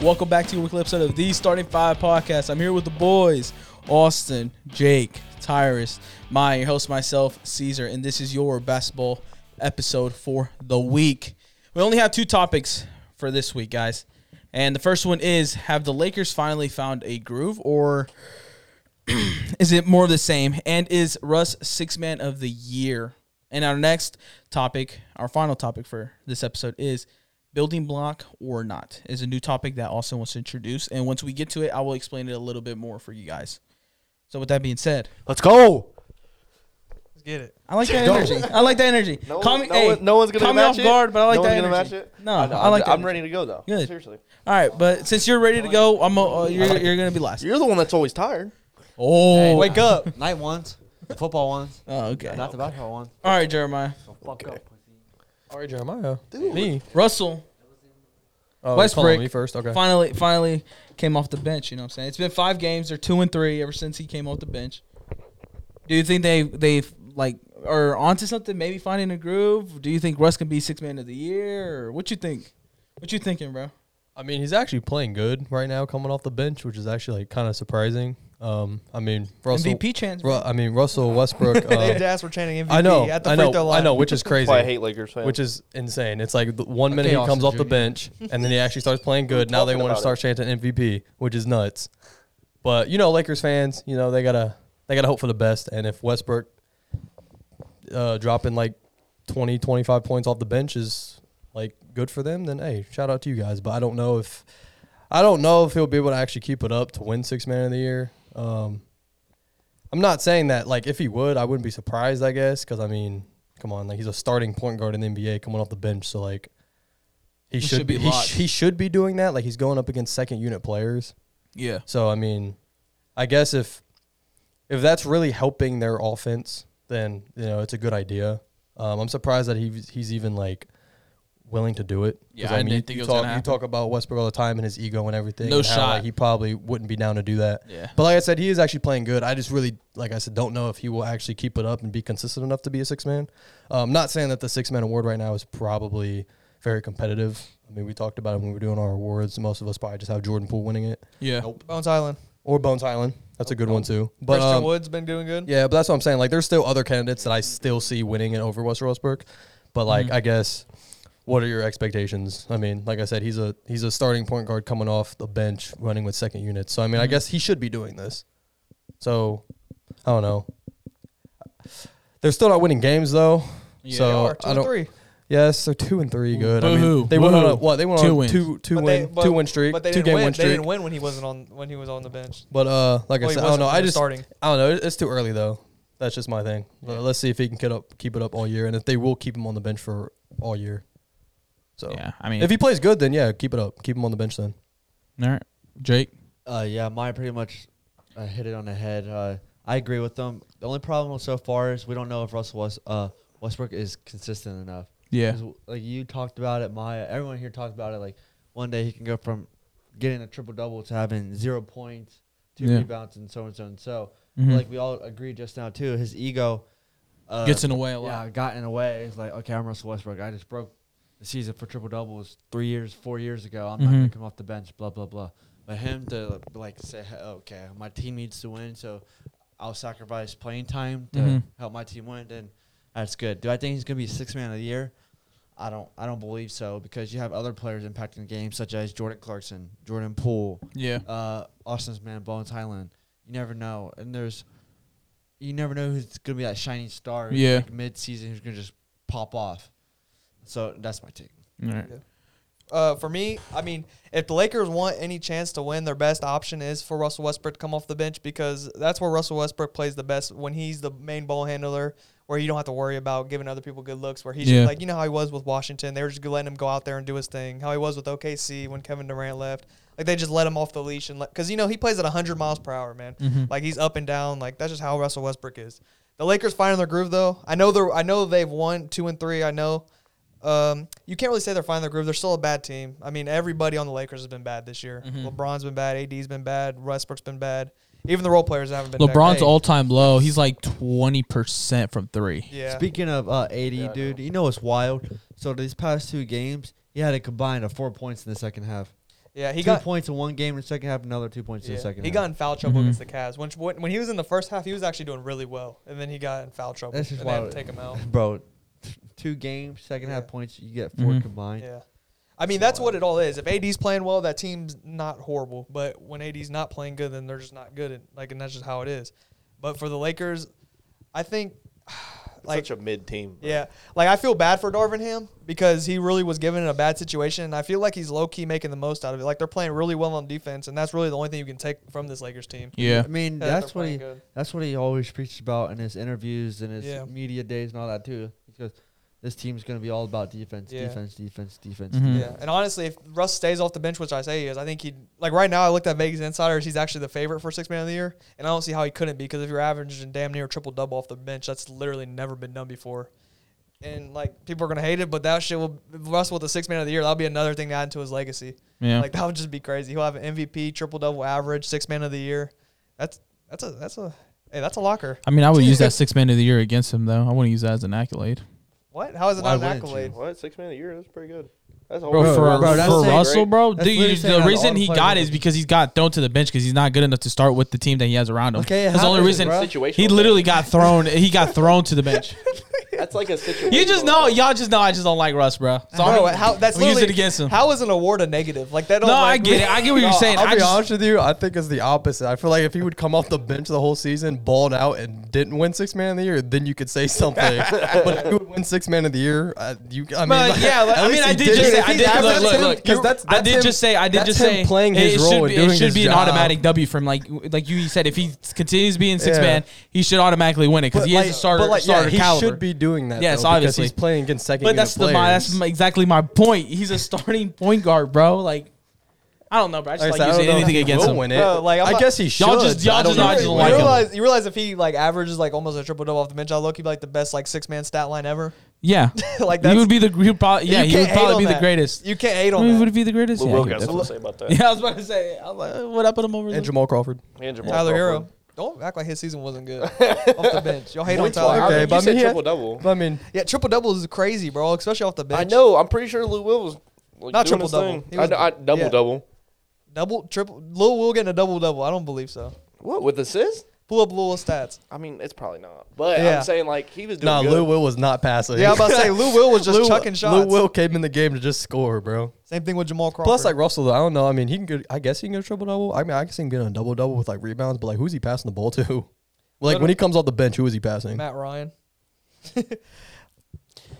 Welcome back to your weekly episode of the Starting Five Podcast. I'm here with the boys, Austin, Jake, Tyrus, my your host, myself, Caesar, and this is your basketball episode for the week. We only have two topics for this week, guys. And the first one is Have the Lakers finally found a groove, or is it more of the same? And is Russ Six Man of the Year? And our next topic, our final topic for this episode is building block or not is a new topic that Austin wants to introduce. And once we get to it, I will explain it a little bit more for you guys. So with that being said, Let's go. Let's get it. I like that Go. energy. I like that energy. No, Call one- me- no, hey, one- no one's gonna call me match off it. guard, but I like no that one's energy. gonna match it. No, know, I like. I'm, that I'm energy. ready to go though. Good. Seriously, All right, but since you're ready to go, I'm. A, uh, you're, you're gonna be last. you're the one that's always tired. Oh, Wake up. Night ones, football ones, Oh, okay. not the basketball ones. All right, Jeremiah. So fuck up. All right, Jeremiah. Me. Russell Oh, Westbrook. Westbrook. Me first. Okay. finally finally came off the bench. You know what I'm saying? It's been five games. They're two and three ever since he came off the bench. Do you think they they like are onto something? Maybe finding a groove. Do you think Russ can be six man of the year? Or what you think? What you thinking, bro? I mean, he's actually playing good right now, coming off the bench, which is actually like kind of surprising. Um, I mean, Russell. MVP chance. Ru- I mean, Russell Westbrook. They Uh, just were chanting MVP I know. at the I free know. throw line. I know, which is That's crazy. why I hate Lakers fans. Which is insane. It's like the one minute he Austin comes off the Jr. bench, and then he actually starts playing good. Now they talking want about to start chanting MVP, which is nuts. But you know, Lakers fans, you know they gotta they gotta hope for the best. And if Westbrook uh, dropping like 20, 25 points off the bench is like good for them, then hey, shout out to you guys. But I don't know if I don't know if he'll be able to actually keep it up to win six man of the year. Um, I'm not saying that like if he would, I wouldn't be surprised. I guess because I mean, come on, like he's a starting point guard in the NBA coming off the bench, so like he, should, should be be he, locked. sh- he should be doing that. Like he's going up against second unit players. Yeah. So I mean, I guess if if that's really helping their offense, then you know it's a good idea. Um, I'm surprised that he's he's even like willing to do it. 'Cause, Yeah, I didn't think you it was talk, gonna you happen. talk about Westbrook all the time and his ego and everything. No and how, like, shot. he probably wouldn't be down to do that. Yeah. But like I said, he is actually playing good. I just really, like I said, don't know if he will actually keep it up and be consistent enough to be a six man. Um, not saying that the six man award right now is probably very competitive. I mean, we talked about it when we were doing our awards. Most of us probably just have Jordan Poole winning it Yeah. Bones Island. or Bones Island. That's a good one too. But Christian um, Wood's been doing good. yeah, but that's what I'm saying. Like, there's still other candidates that I still see winning it over Russell Westbrook. But like, Mm-hmm. I guess, what are your expectations? I mean, like I said, he's a he's a starting point guard coming off the bench, running with second units. So I Mm-hmm. mean, I guess he should be doing this. So I don't know. They're still not winning games though. Yeah, so They uh, are, two I and don't. three. Yes, they're two and three. Good. I Boo-hoo, mean, they went on a woo-hoo. what? They went Two on a wins. two two But win they- but- two win streak, But they two didn't game win. win They streak. didn't win when he wasn't on when he was on the bench. But uh, like Well, I he said, I don't wasn't know. when I he was just starting. I don't know. It- It's too early though. That's just my thing. Uh, Let's see if he can get up, keep it up all year, and if they will keep him on the bench for all year. So Yeah. I mean, if he plays good, then yeah, keep it up. Keep him on the bench then. all right, Jake. Uh, yeah, mine pretty much uh, hit it on the head. Uh, I agree with them. The only problem so far is we don't know if Russell West, uh, Westbrook is consistent enough. Yeah. 'Cause, Like you talked about it, Maya. Everyone here talked about it. Like one day he can go from getting a triple double to having zero points, two Yeah. Mm-hmm. rebounds, and so and so and so. Like we all agreed just now too, his ego uh, Gets in the way a lot. Yeah, got in the way. It's like, okay, I'm Russell Westbrook. I just broke the season for triple doubles three years, four years ago. I'm not gonna Mhm. come off the bench. Blah blah blah. But him to like say, "Hey, okay, my team needs to win, so I'll sacrifice playing time to Mhm. help my team win. Then that's good. Do I think he's gonna be six man of the year? I don't. I don't believe so because you have other players impacting the game, such as Jordan Clarkson, Jordan Poole, Yeah. uh, Austin's man, Bones Highland. You never know, and there's, you never know who's gonna be that shining star. Yeah. like mid season, who's gonna just pop off. So that's my take. All right. Uh, for me, I mean, if the Lakers want any chance to win, their best option is for Russell Westbrook to come off the bench because that's where Russell Westbrook plays the best when he's the main ball handler, where you don't have to worry about giving other people good looks. Where he's Yeah. like, you know how he was with Washington, they were just letting him go out there and do his thing. How he was with OKC when Kevin Durant left, like they just let him off the leash and because you know he plays at 100 miles per hour, man. Like he's up and down. Like that's just how Russell Westbrook is. The Lakers finding their groove though. I know they're. I know they've won two and three. I know. Um, you can't really say they're finding their groove. They're still a bad team. I mean, everybody on the Lakers has been bad this year. Mm-hmm. LeBron's been bad. AD's been bad. Westbrook's been bad. Even the role players haven't been. that LeBron's great. all time low. He's like twenty percent from three. Yeah. Speaking of uh, AD, Yeah, I dude, know. you know what's wild? So these past two games, he had a combined of four points in the second half. Yeah, he two got points in one game, and second half another two points in yeah, the second. he half. Mm-hmm. got in foul trouble Mhm. against the Cavs. When, when when he was in the first half, he was actually doing really well, and then he got in foul trouble. This is and they had why- to take him out. bro. Two games, second half Yeah. points, you get 4 Mhm. combined. Yeah. I mean, that's what it all is. If AD's playing well, that team's not horrible. But when AD's not playing good, then they're just not good. And, like, and that's just how it is. But for the Lakers, I think, like, Such a mid team. yeah, like I feel bad for Darvin Ham because he really was given in a bad situation. And I feel like he's low key making the most out of it. Like they're playing really well on defense, and that's really the only thing you can take from this Lakers team. Yeah. I mean, that that's they're what he playing good. that's what he always preaches about in his interviews and his Yeah. media days and all that too. Because this team's going to be all about defense, Yeah. defense, defense, defense. Mm-hmm. Mhm. Yeah, and honestly, if Russ stays off the bench, which I say he is, I think he like right now. I looked at Vegas Insiders; he's actually the favorite for six man of the year, and I don't see how he couldn't be because if you're averaging damn near triple double off the bench, that's literally never been done before. And like people are gonna hate it, but that shit will Russ with the six man of the year. That'll be another thing to add to his legacy. Yeah. Like that would just be crazy. He'll have an MVP, triple double average, six man of the year. That's that's a that's a hey that's a locker. I mean, I would use that six man of the year against him though. I wouldn't use that as an accolade. What? How is it Why not an wouldn't you? accolade? What? Six man a year? That's pretty good. That's a Bro, whole- for, bro, that's for saying- Russell, bro, that's dude, literally saying the out of all reason the he players got in it is the- because he's got thrown to the bench because he's not good enough to start with the team that he has around him. Okay, that's the how only is it, reason bro? he literally got thrown. He got thrown to the bench. That's like a situation. You just know, y'all just know. I just don't like Russ, bro. So Bro, I'm, how, that's we use it literally- against him. How is an award a negative? Like that? Don't no, I like- get it. I get what you're No, saying. I'll I be just- honest with you. I think it's the opposite. I feel like if he would come off the bench the whole season, balled out, and didn't win six man of the year, then you could say something. but if he would win six man of the year, uh, you. I mean, But like, yeah, like, at I least mean, I he did it. just say, If I he- did, that's- look, that's look, him- look. 'cause that's- I that's did him- just say, I did that's just him say, playing it- his it role should and be- doing It should his be an job. automatic W from like, like you said, if he continues being six Yeah. man, he should automatically win it because but he like- is a starter. but like, yeah, starter he caliber. should be doing that. Yes, though, because obviously. he's playing against second. But that's the my, that's players. my, exactly my point. He's a starting point guard, bro. Like, I don't know, bro. I just Like I like, said, I using don't know if anything he against will him. Win it. Bro, like, I'm I not- guess he should. Y'all just- but y'all I don't just You know not if just re- he don't will. like you him. realize you realize if he like averages like almost a triple double off the bench, I look he'd be like the best like six man stat line ever. Yeah, like that's he would be the he would probably, yeah you he would can't hate on probably be the that. greatest. You can't hate I on mean, that. Would he be the greatest? Lou yeah, Wilk he got would something to say about that. definitely- yeah, I was about to say, I was like, what I put him over? And there? Jamal Crawford. And Jamal Tyler Hero. Crawford. Don't act like his season wasn't good off the bench. Y'all hate on Points Tyler. wise, Hero. Okay, you but I said mean, he had- triple double. But I mean, Yeah, triple double is crazy, bro. Especially off the bench. I know. I'm pretty sure Lou Will was like, Not doing his triple-double. thing. He I- was- I- double yeah. double. Double, triple. Lil will get a double double. I don't believe so. What with assists? Pull up Lil's stats. I mean, it's probably not. But Yeah. I'm saying like he was doing nah, good. Lou Will was not passing. Yeah, I'm about to say Lou Will was just Lou- chucking Lou shots. Will came in the game to just score, bro. Same thing with Jamal Crawford. Plus, like Russell, though, I don't know. I mean, he can get. I guess he can get a triple double. I mean, I can see him getting a double double with like rebounds, but like, who's he passing the ball to? Like when he comes off the bench, who is he passing? Matt Ryan.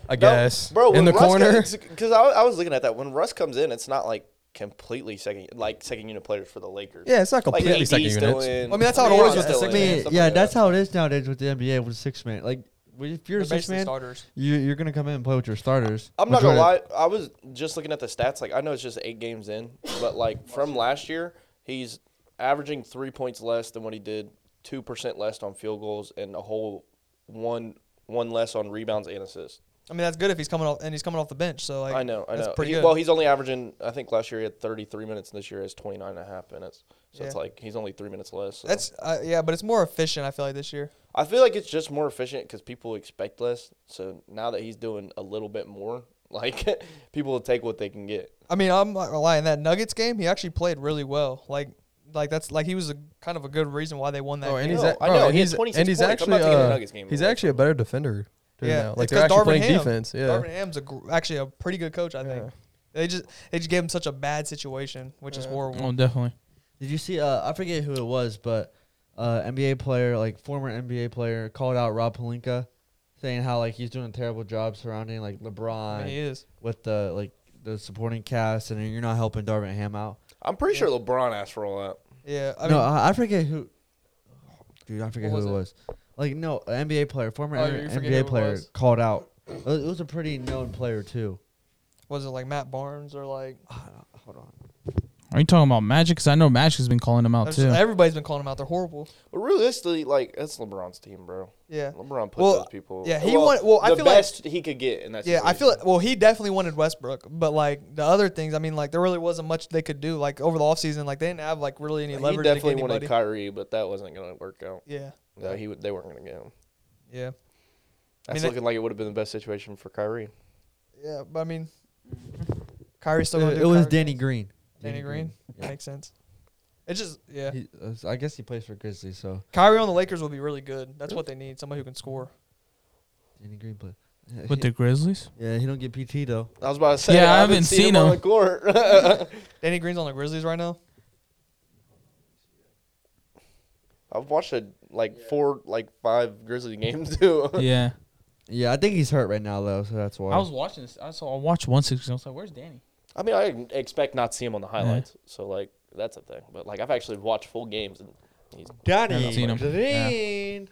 I guess bro. in the corner. because I, I was looking at that when Russ comes in, it's not like completely second like second unit players for the Lakers. Yeah, it's not like completely AD's second still units. in. I mean, that's how it always LeBron's was the still six in, man. stuff like yeah, that. that's how it is nowadays with the NBA with six man. Like when- if you're a They're six basically man, starters. you, you're gonna come in and play with your starters. I'm not gonna Majority- lie. I was just looking at the stats. Like I know it's just eight games in, but like from last year, he's averaging three points less than what he did, two percent less on field goals, and a whole one one less on rebounds and assists. I mean, that's good if he's coming off and he's coming off the bench. So like, I know, I that's know. pretty He- good. well, he's only averaging. I think last year he had 33 minutes, and this year he has 29 and a half minutes. So it's Yeah. like he's only three minutes less. so. That's uh, yeah, but it's more efficient. I feel like this year. I feel like it's just more efficient because people expect less. So now that he's doing a little bit more, like people will take what they can get. I mean, I'm not gonna lie. In that Nuggets game, he actually played really well. Like, like that's like he was a kind of a good reason why they won that. Bro, Oh, and game. he's No, a- I bro, know, he had and he's 26 and he's points. I'm actually about to get the uh, Nuggets game he's away. actually a better defender. Too Yeah, now. it's like 'cause they're actually Darvin playing Ham- defense. Yeah, Darvin Ham's a gr- actually a pretty good coach. I think they just they just gave him such a bad situation, which is horrible. Oh, definitely. Did you see? Uh, I forget who it was, but uh, NBA player, like former NBA player, called out Rob Palinka, saying how like he's doing a terrible job surrounding like I mean, he LeBron is. with the like the supporting cast, and you're not helping Darvin Ham out. I'm pretty sure LeBron asked for all that. Yeah, I no, mean, I, I forget who. Dude, I forget What who it was was. Like no, an NBA player, former Oh, you forget who NBA it player, was? called out. It was it was a pretty known player too. was it like Matt Barnes or like Oh, Hold on. Are you talking about Magic? Because I know Magic has been calling him out there's- too. everybody's been calling him out? They're horrible. But realistically, like that's LeBron's team, bro. Yeah, LeBron put Well, those people. yeah, he want- well, I the feel like- best he could get in that. Yeah, I situation. feel well, he definitely wanted Westbrook, but like the other things, I mean, like there really wasn't much they could do. Like over the offseason, like they didn't have like really any he leverage. definitely to get wanted anybody. Kyrie, but that wasn't gonna work out. yeah, No, he would- they weren't gonna get him. yeah, I That's mean, looking like it would have been the best situation for Kyrie. yeah. But I mean, Kyrie's still It, going to it was Danny Green. Danny Green. Makes sense. It's just yeah. He, uh, I guess he plays for Grizzlies, so Kyrie on the Lakers will be really good. That's what they need. Somebody who can score. Danny Green plays. With the Grizzlies? yeah, he don't get PT though. I was about to say. Yeah, I I haven't haven't seen, seen him, him. on the court. Danny Green's on the Grizzlies right now. I've watched a, like four, like five Grizzly games too. yeah. Yeah, I think he's hurt right now though, so that's why. I was watching this. I saw I watched one six. I was like, "Where's Danny?" I mean, I expect not to see him on the highlights, so like that's a thing. But like I've actually watched full games, and he's Haven't seen him. Green.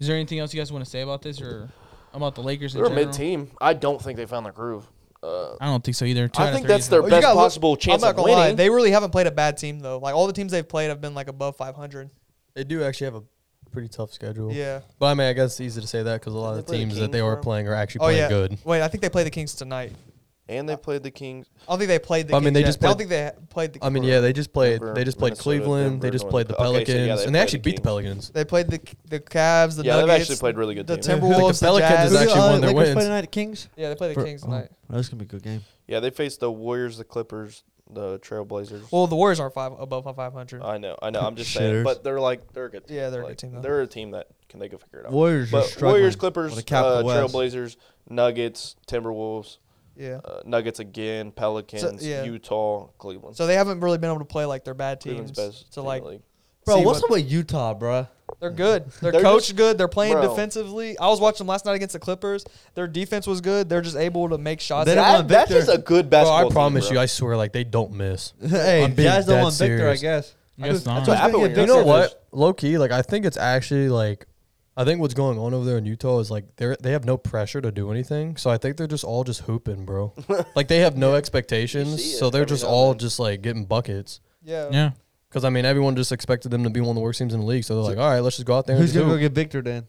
Is there anything else you guys want to say about this or about the Lakers? In they're a general? mid team. I don't think they found their groove. Uh, I don't think so either. Two out I of think three that's is- their Oh, you best gotta look- possible chance I'm not of gonna winning. lie. They really haven't played a bad team though. Like all the teams they've played have been like above 500. They do actually have a pretty tough schedule. Yeah. But I mean, I guess it's easy to say that because a lot They of the play the teams that Kings they are tomorrow? playing are actually Oh playing yeah. good. Wait, I think they play the Kings tonight. and they played the Kings. I don't think they played the. I mean, Kings they yet. just I don't played- think they ha- played the. I mean, yeah, they just played. Denver, they just played Minnesota, Cleveland. Denver, they just North played the Dakota. Okay, so Pelicans, yeah, they and they played actually the beat the Kings. Pelicans. They played the the Cavs, the yeah, Nuggets. they've actually played really good. the teams. Timber- The Timberwolves, the, Pelicans Jazz. actually uh-huh. won their Lakers wins. play tonight at Kings. yeah, they play the For- Kings oh, tonight. That's gonna be a good game. yeah, they faced the Warriors, the Clippers, the Trailblazers. Well, the Warriors are five above five hundred. I know, I know. I'm just saying, Shitters. but they're like they're a good. Team. Yeah, they're a Like, good team, though. They're a team that can they can figure it out. Warriors are but struggling Warriors, with Clippers, a capital uh, S. Trailblazers, Nuggets, Timberwolves, yeah. uh, Nuggets again, Pelicans, yeah. Utah, Cleveland. So they haven't really been able to play like their bad teams. Cleveland's best. So team in like the league. Bro, See what's what- up with Utah, bro? they're good. Their They're coach just- good. They're playing Bro. defensively. I was watching them last night against the Clippers. Their defense was good. They're just able to make shots. They They don't have- want that, that's Victor. just a good Bro, basketball. I promise team, you, bro. I swear, like they don't miss. hey, I'm being Jazz don't dead want Victor, I serious. guess. Guess Who's- not. that's what's Apple gonna here. get You That's know Victor. what? Low key, like I think it's actually like I think what's going on over there in Utah is like they're they have no pressure to do anything. So I think they're just all just hooping, bro. like they have no expectations. see it So they're every just now and all then. just like getting buckets. yeah. yeah. Because I mean, everyone just expected them to be one of the worst teams in the league. So they're like, all right, let's just go out there and Who's just gonna go hoop. get Victor then?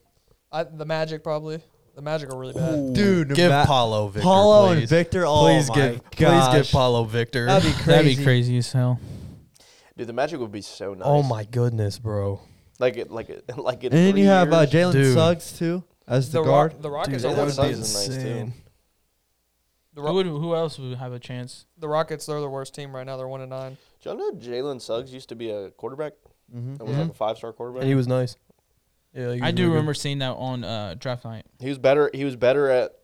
I, the Magic probably. The Magic are really bad. Dude, give Ma- Paulo Victor. Paulo please. and Victor. Oh please my give, gosh. please give Paulo Victor. That'd be crazy. That'd be crazy as hell. dude, the Magic would be so nice. Oh my goodness, bro. Like it, like it, like it. And then you have uh, Jalen Dude. Suggs too as the, The, guard. Rock, the Rockets Dude, are that one would of be the, Suggs is nice, too. insane. the, Who, Ro- would, who else would have a chance? the Rockets. They're the worst team right now. They're one and nine. Do y'all know Jalen Suggs used to be a quarterback? hmm That was Mm-hmm. like a five-star quarterback. Mm-hmm. And he was nice. Yeah, I do he was really good. remember seeing that on uh, draft night. He was better. He was better at.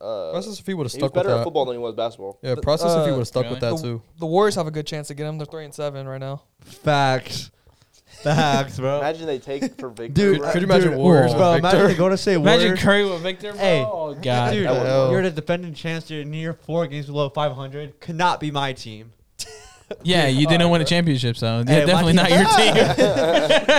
Uh, Process if he would have he was stuck with better at that. football than he was basketball. Yeah, process if he uh, would have stuck with really? that The- too. The Warriors have a good chance to get them. They're three and seven right now. Facts, facts, bro. Imagine they take for Victor. Dude, right? could you imagine dude, Warriors Bro, with imagine Victor? they go to say Warriors. Imagine Curry with Victor. Bro. Hey. oh god. Dude, That would've- you're the defending champs. You're near four games below 500. Could not be my team. yeah, you didn't win a championship, so yeah, my definitely not team- your team.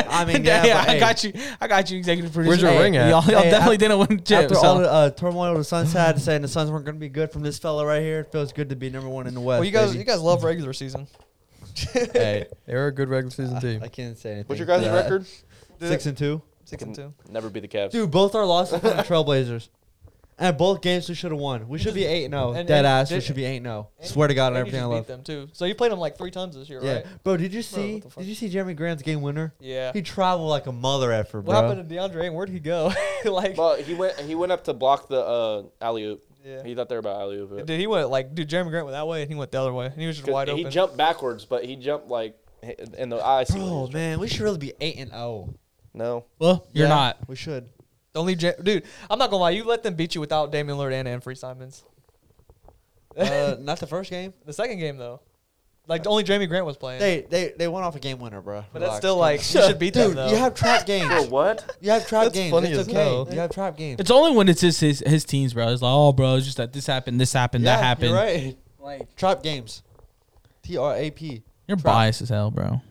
I mean, yeah, but, I hey, got you. I got you, executive producer. your Hey, ring at? Y'all, y'all Hey, definitely didn't win a chip. After So. all the uh, turmoil the Suns had, saying the Suns weren't going to be good from this fella right here, it feels good to be number one in the West. Well, you guys, baby. you guys love regular season. hey, They're a good regular season I, team. I can't say anything. What's your guys' Yeah. record? Six and two. Six and two. Never be the Cavs. Dude, both our losses from the Trailblazers. And both games we should have won. We should be 8 0. and- Dead and ass. We did- should be 8 0. and- Swear to God on And you everything I just beat love. them too. So you played them like three times this year, Yeah. right? Bro, did you Bro, see? what the fuck? did you see Jeremy Grant's game winner? Yeah. He traveled like a mother effer, What bro. happened to DeAndre? And where'd he go? like, Well, he went. He went up to block the uh, alley oop. Yeah. He thought they were about alley oop. dude, he went like, dude, Jeremy Grant went that way, and he went the other way, and he was just wide He open. jumped backwards, but he jumped like in the eye. Bro, man, we should really be 8 and 0. No, well, you're Yeah, not. We should. Don't leave, Ja- dude. I'm not gonna lie. You let them beat you without Damian Lillard and Anfree Simons. Uh, not the first game. The second game though, like only Jeremy Grant was playing. They they they went off a game winner, bro. but that's still like you should beat them Dude, though. you have trap games. what? You have trap That's games. funny it's as okay. hell. You have trap games. It's only when it's his his, his teams, bro. It's like, oh, bro, it's just that this happened, this happened, Yeah, that happened. You're right. Like, Trap games. T R A P. you're Trap. biased as hell, bro.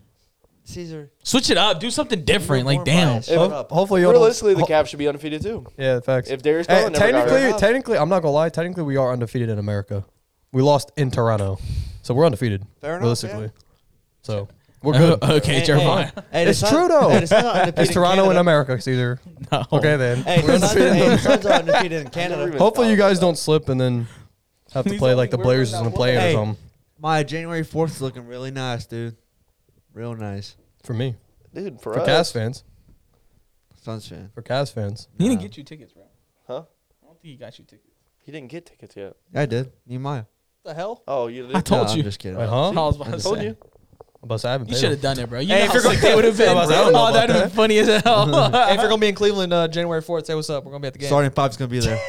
Caesar. Switch it up. Do something different. You're Like, more damn. biased. Shut Ho- up. Hopefully, y'all don't- Realistically, the ho- Cavs should be undefeated too. Yeah, facts. If Darius Hey, Garland never got hurt. technically, technically, I'm not gonna lie. Technically, we are undefeated in America. We lost in Toronto, so we're undefeated. Fair enough, realistically. So we're Oh, good. okay, Hey, Jeremiah. hey, hey, the It's Suns- true, though. Hey, the Suns are undefeated It's in Toronto and Canada. America, Caesar. No. Okay, then. Hey, the We're Suns- undefeated. hey, the Suns are undefeated in Never Canada. even Hopefully, you thought guys about don't slip and then have to He's play only like the worried about Blazers that isn't one. playing Hey. or something. My January 4th is looking really nice, dude. Real nice. For me, that. dude. For, for us, Cavs fans, Suns fan. for Cavs fans. He didn't Nah. get you tickets, bro. Huh? I don't think he got you tickets. he didn't get tickets yet. I did. Nehemiah. The hell? Oh, you did. I told No, you. I'm just kidding. Wait, I huh? was about I'm to just say. told You, you. I'm about to say, I haven't paid should him. have done it, bro. You Hey, know if how you're gonna- sick that would have been. I was like, I don't know Oh, about that would have been funny as hell. hey, if you're gonna be in Cleveland uh, January 4th, say what's up. We're gonna be at the game Starting five's gonna be there.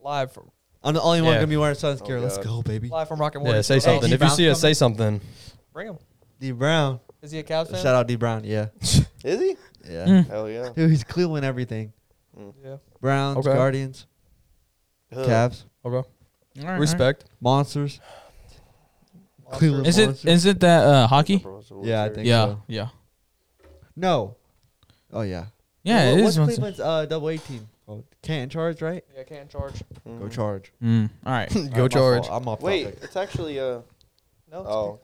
live from I'm the only one Yeah. gonna be wearing Southern Oh, Care. Let's God. go, baby. live from Rocket Mortgage. Yeah, say something. D If you Brown's see us, coming? say something. Bring him. D Brown. Is he a Cavs fan? Shout out D Brown. Yeah, Is he? yeah. Hell yeah. Dude, he's Cleveland everything. Yeah. Browns, Okay. Guardians, Ugh. Cavs, Okay. All right, Respect. Monsters. Monsters. Cleveland. Is it? Is it that uh, hockey? Yeah, I think Yeah, so. yeah, No. Oh yeah. yeah. What- It What's is. Monster. Cleveland's uh, double A team? Oh, Can't charge, right? Yeah, can't charge. Mhm. Go charge. Mm, all right. Alright, Go my fault. George. I'm off Wait, topic. it's actually uh No, it's oh.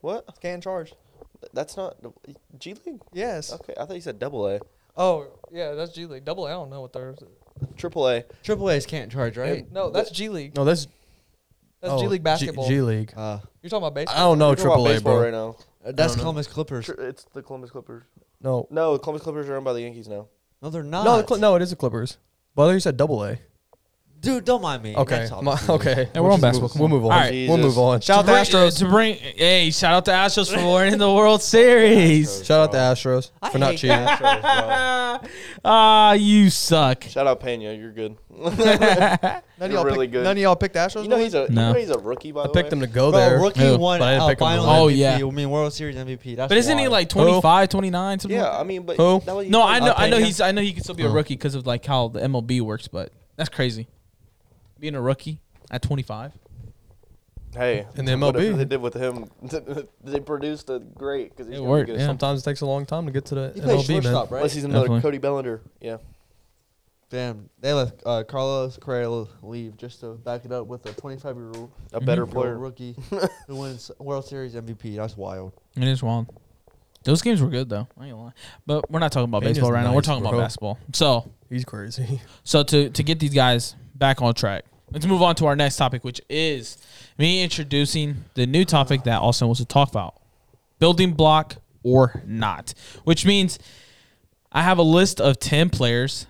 What? can't charge. That's not G League. Yes. Okay, I thought you said double A, Oh, yeah, that's G League. Double A, I don't know what theirs is. triple A. Triple A's can't charge, right? No, that's G League. No, that's That's oh, G League basketball. G, G League. Uh, You're talking about I baseball? don't know Triple A, baseball bro. right now. that's Columbus Clippers. Tri- It's the Columbus Clippers. No, No, the Columbus Clippers are owned by the Yankees now. no, they're not. no, the Cl- no, it is the Clippers. But I thought you said Double A. Dude, don't mind me. Okay, That's all. My- okay. Hey, we're on basketball. We'll move on. All right. We'll move on. Shout, to bring, uh, To bring, hey, shout out to Astros for winning the World Astros. Series. shout out to Astros I for not hate cheating. Ah, you suck. Shout out Pena, you're good. None of You're y'all really picked- good. None of y'all picked Astros. you know he's a you No. know he's a rookie by I the picked way. him to go Bro, there. rookie Yeah, won but I didn't uh, pick him to final win. MVP. Oh, yeah. I mean World Series MVP. That's But isn't he wild. like 25, 29? something Yeah, like I mean, but Who? that was that? No, I know, I know Pena? he's, I know he could still be a Oh. rookie because of like how the MLB works, but that's crazy. Being a rookie at 25. Hey, In the what if MLB. they did with him. they produced a great because It worked, Oh, yeah. Sometimes it takes a long time to get to the He plays MLB, man. shortstop, Unless right? he's another Definitely. Cody Bellinger. Yeah, Damn, they left uh, Carlos Correa leave just to back it up with a 25-year-old a better player. rookie who wins World Series MVP. That's wild. It is wild. Those games were good though. I ain't gonna lie. But we're not talking about Pena's baseball right now. We're nice, talking bro. about basketball. So He's crazy. So to to get these guys back on track, let's move on to our next topic, which is me introducing the new topic that Austin wants to talk about: building block or not. Which means I have a list of ten players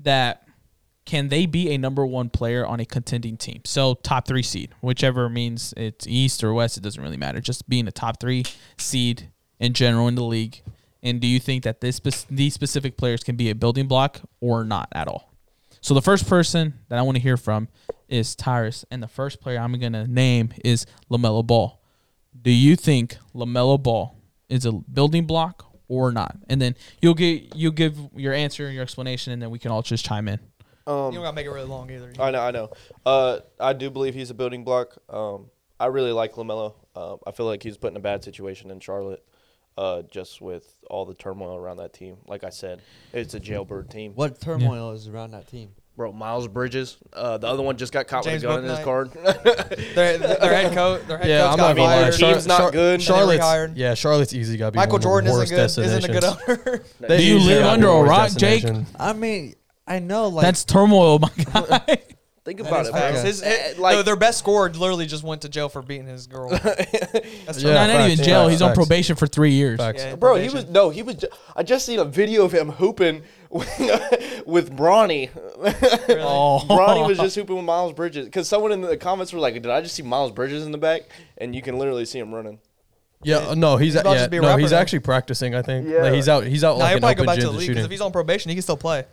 that can they be a number one player on a contending team. So top three seed, whichever means it's East or West, it doesn't really matter. Just being a top three seed in general in the league. And do you think that this spec- these specific players can be a building block or not at all? So the first person that I want to hear from is Tyrus, and the first player I'm gonna name is Lamelo Ball. Do you think Lamelo Ball is a building block or not? And then you'll get you will give your answer and your explanation, and then we can all just chime in. You Um, don't gotta make it really long either. I know, I know. Uh, I do believe he's a building block. Um, I really like Lamelo. Um, I feel like he's put in a bad situation in Charlotte, uh, just with all the turmoil around that team. Like I said, it's a jailbird team. What turmoil is around that team? Bro, Miles Bridges. Uh, the other one just got caught James with a gun in his card. their, their head coach, their head Yeah, coach I'm got not gonna lie. fired. Team's Char- not good. Charlotte's rehired. yeah, Charlotte's easy. Got to be Michael one of the Jordan isn't worst good. Isn't a good destinations. owner. They Do you easily live got under the a worst rock, Jake? destination. I mean, I know like That's turmoil, my guy. Think about it, bro. Facts. His- Eh, like, like- their best scorer literally just went to jail for beating his girl. That's true. Yeah, not, not even facts, jail. facts, He's on facts. probation for three years. Facts. Yeah, Bro, he was probation. no, he was. Ju- I just seen a video of him hooping with, with Bronny. Oh. Bronny was just hooping with Miles Bridges because someone in the comments were like, "Did I just see Miles Bridges in the back?" And you can literally see him running. Yeah, uh, no, he's, about to yeah, be a no, rapper he's now. actually practicing. I think Yeah. like, he's out. He's out Nah, like he'll an probably go open back gym to the to league because if shooting. he's on probation, he can still play.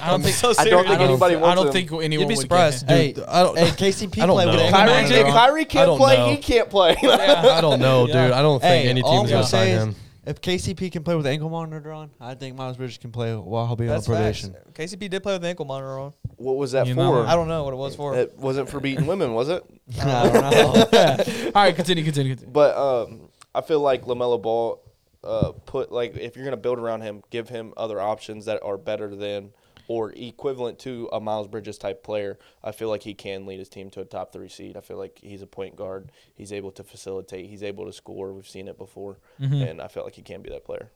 I don't think. So I serious. don't think anybody wants I don't him. think anyone. You'd be would get surprised. him. hey, Dude, I don't- hey, KCP I don't played with know. Amon Kyrie, Ross. can't- Kyrie can't don't play. know. He can't play. I don't know, dude. I don't think Hey, any all team's I'm gonna gonna sign say is him. if KCP can play with ankle monitor on, I think Miles Bridges can play while being on That's facts. probation. KCP did play with the ankle monitor on. what was that You for? know. I don't know what it was for. It wasn't for beating women, was it? I don't know. All right, continue, continue, continue. But um, I feel like Lamelo Ball uh, put like if you're gonna build around him, give him other options that are better than or equivalent to a Miles Bridges type player. I feel like he can lead his team to a top three seed. I feel like he's a point guard. He's able to facilitate. He's able to score. We've seen it before, Mm-hmm. and I felt like he can be that player.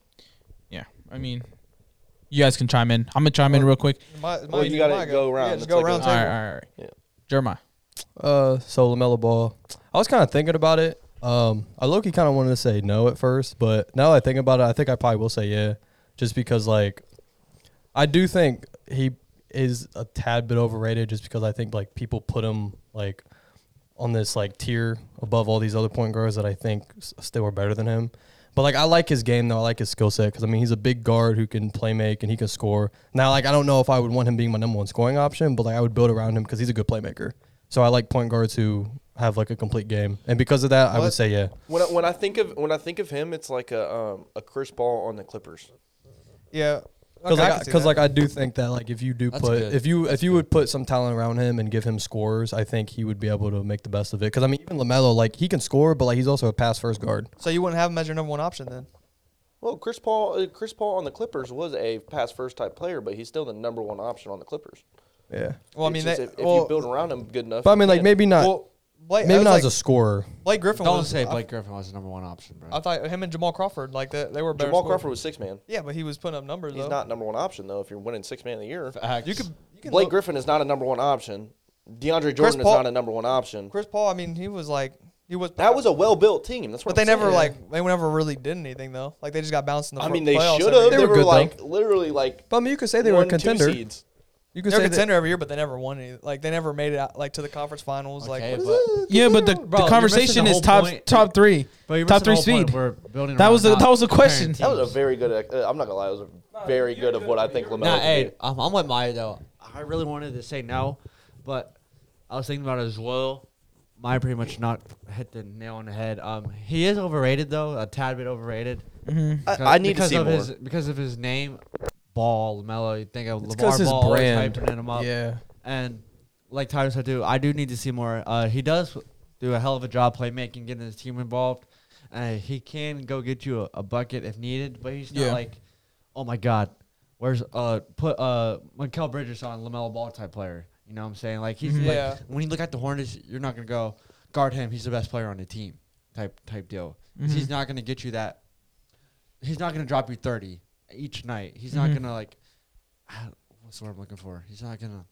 Yeah, I mean, you guys can chime in. I'm gonna chime in real quick. My, my, Well, you my gotta guy. go around. Yeah, just It's go like around. a- All table. right, all right, all right. Yeah. Jeremiah. Uh, so Lamelo Ball, I was kind of thinking about it. Um, I low-key kind of wanted to say no at first, but now that I think about it, I think I probably will say yeah, just because like I do think he is a tad bit overrated just because I think like people put him like on this like tier above all these other point guards that I think s- still are better than him. But like I like his game though. I like his skill set because I mean he's a big guard who can play make and he can score. Now like I don't know if I would want him being my number one scoring option, but like I would build around him because he's a good playmaker. So I like point guards who have like a complete game, and because of that, I would What? say yeah. When I, when I think of when I think of him, it's like a um, a Chris Paul on the Clippers. Yeah. Because Okay, I like, can see because that. like I do think that like if you do That's put good. if you if you would put some talent around him and give him scores, I think he would be able to make the best of it. Because I mean, even Lamelo, like he can score, but like he's also a pass first guard. so you wouldn't have him as your number one option then. Well, Chris Paul uh, Chris Paul on the Clippers was a pass first type player, but he's still the number one option on the Clippers. Yeah, Well, I It's mean, just they, if, if well, you build around him good enough. but I you mean, like can. maybe not well, Blake, maybe that not was as a like, scorer. Blake Griffin. Don't was, say I- Blake Griffin was the number one option, bro. I, thought him and Jamal Crawford like that. They were better Jamal scorers. Crawford was six man. Yeah, but he was putting up numbers He's though. not number one option though. If you're winning six man of the year, You could. You can Blake look- Griffin is not a number one option. DeAndre Chris Jordan is Paul- not a number one option. Chris Paul. I mean, he was like he was. That was a well built team. That's what. But they I'm never saying. like they never really did anything though. Like they just got bounced in the. I fr- mean, they playoffs should every have. year. They They were were good, though. like literally like. But I mean, you could say they were a one, two contender. You seeds. could They're a say that, contender every year, but they never won any. Like they never made it out, like to the conference finals. Okay, like but, Yeah, but the, Bro, the you're conversation missing the is whole top point. top three. but you're top missing three the whole point. speed. We're building That around was the- not that was the comparing question. That was a teams. very good. Uh, I'm not gonna lie. It was a very good of what I think Lamelo. Nah, could hey, do. um, I'm with Maya though. I really wanted to say no, but I was thinking about it as well. Maya pretty much not hit the nail on the head. Um, he is overrated though, a tad bit overrated. Because- I need to because see of more. His, because of his name, Ball Lamelo. You think of It's Lamar 'cause his Ball, always brand. hyping him up. Yeah, And like Tyler said too, I do need to see more. Uh, he does do a hell of a job playmaking, getting his team involved. Uh, he can go get you a, a bucket if needed, but he's not Yeah. like, oh my god, where's uh put uh Mikel Bridges on Lamelo Ball type player. You know what I'm saying? Like he's like Yeah. when you look at the Hornets, you're not gonna go guard him. He's the best player on the team type type deal. 'Cause He's not gonna get you that. He's not gonna drop you 30 each night. He's Mhm. not gonna like. What's the word I'm looking for? He's not gonna.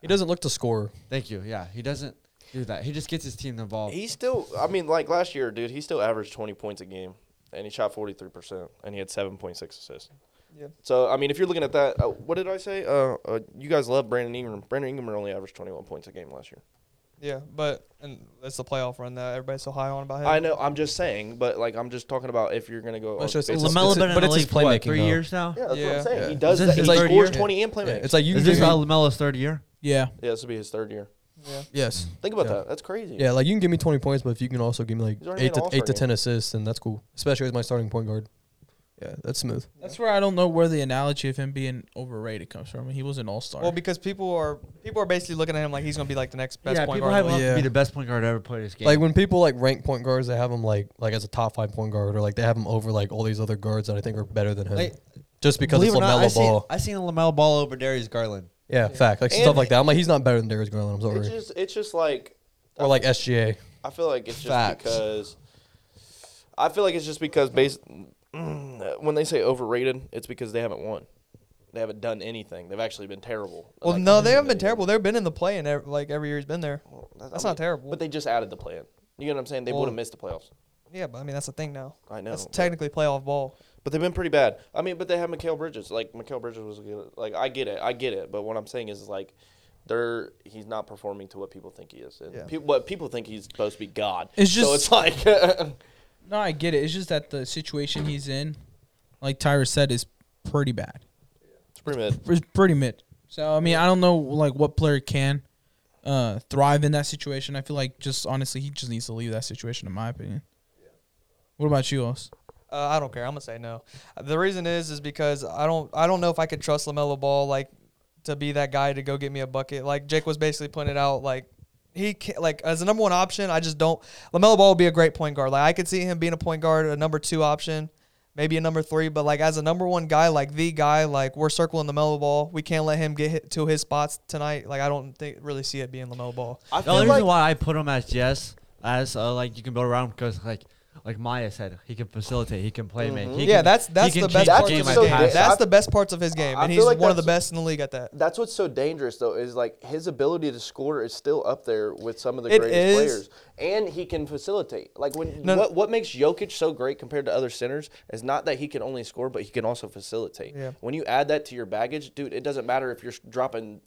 he doesn't look to score. Thank you. Yeah, he doesn't do that. He just gets his team involved. He still, I mean, like last year, dude, he still averaged 20 points a game, and he shot 43%, and he had 7.6 assists. Yeah. So, I mean, if you're looking at that, uh, what did I say? Uh, uh, you guys love Brandon Ingram. Brandon Ingram only averaged 21 points a game last year. yeah, but and that's the playoff run that everybody's so high on about him. I know, I'm just saying, but like, I'm just talking about if you're gonna go. That's on- just- based it's- on- Lamelo's been in but the it's his league, what, playmaking three though. years now. yeah, that's what Yeah. I'm saying. Yeah. He does Is this that. He his third scores year? 20 and Yeah, playmaking. It's like you Is give this me, uh, Lamelo's third year? Yeah. yeah, this will be his third year. Yeah. Yes. Think about Yeah. that. That's crazy. yeah, like you can give me twenty points, but if you can also give me like He's already made eight to an eight to all-star ten assists, then that's cool. Especially as my starting point guard. Yeah, that's smooth. That's where I don't know where the analogy of him being overrated comes from. He was an all star. Well, because people are people are basically looking at him like he's gonna be like the next best yeah, point people guard. have in the him league. up Yeah. to be the best point guard to ever play this game. Like when people like rank point guards, they have him like like as a top five point guard, or like they have him over like all these other guards that I think are better than him, Like, just because it's believe it or not, I Lamelo seen- Ball. I seen a Lamelo Ball over Darius Garland. yeah, fact, like stuff And- like that. I'm like, he's not better than Darius Garland. I'm It's sorry, just, it's just like, or like SGA. I feel like it's just Facts. because. I feel like it's just because based when they say overrated, it's because they haven't won. They haven't done anything. They've actually been terrible. Well, Like, no, they haven't I been mean, terrible. They've been in the play and ev- like every year he's been there. that- That's I not mean, terrible. But they just added the plan. You know what I'm saying? They Well- would have missed the playoffs. Yeah, but I mean that's the thing now. I know. That's but- technically playoff ball. but they've been pretty bad. I mean, but they have Mikael Bridges. Like Mikael Bridges was a good. Like I get it, I get it. But what I'm saying is, like, they're he's not performing to what people think he is. And Yeah. peop- what people think he's supposed to be God. It's so just- it's like no, I get it. It's just that the situation he's in, like Tyrus said, is pretty bad. it's pretty mid. It's pretty mid. So I mean, I don't know like what player can uh thrive in that situation. I feel like just honestly, he just needs to leave that situation, in my opinion. What about you, Os? Uh, I don't care. I'm gonna say no. The reason is is because I don't I don't know if I could trust Lamelo Ball like to be that guy to go get me a bucket. Like Jake was basically pointing out, like he can, like as a number one option. I just don't. Lamelo Ball would be a great point guard. Like I could see him being a point guard, a number two option, maybe a number three. But like as a number one guy, like the guy, like we're circling Lamelo Ball. We can't let him get hit to his spots tonight. Like I don't think, really see it being Lamelo Ball. I The feel only reason like why I put him as yes, as uh, like you can build around because like like Maya said, he can facilitate, he can play make. he yeah, can- that's he that's can the change best the parts game of at his so game. times. times. dangerous. That's the best parts of his game, I and feel he's like one of the that's- best in the league at that. That's what's so dangerous though is like his ability to score is still up there with some of the It greatest is. players, and he can facilitate. Like when No, no. what, what makes Jokic so great compared to other centers is not that he can only score, but he can also facilitate. Yeah. When you add that to your baggage, dude, it doesn't matter if you're s- dropping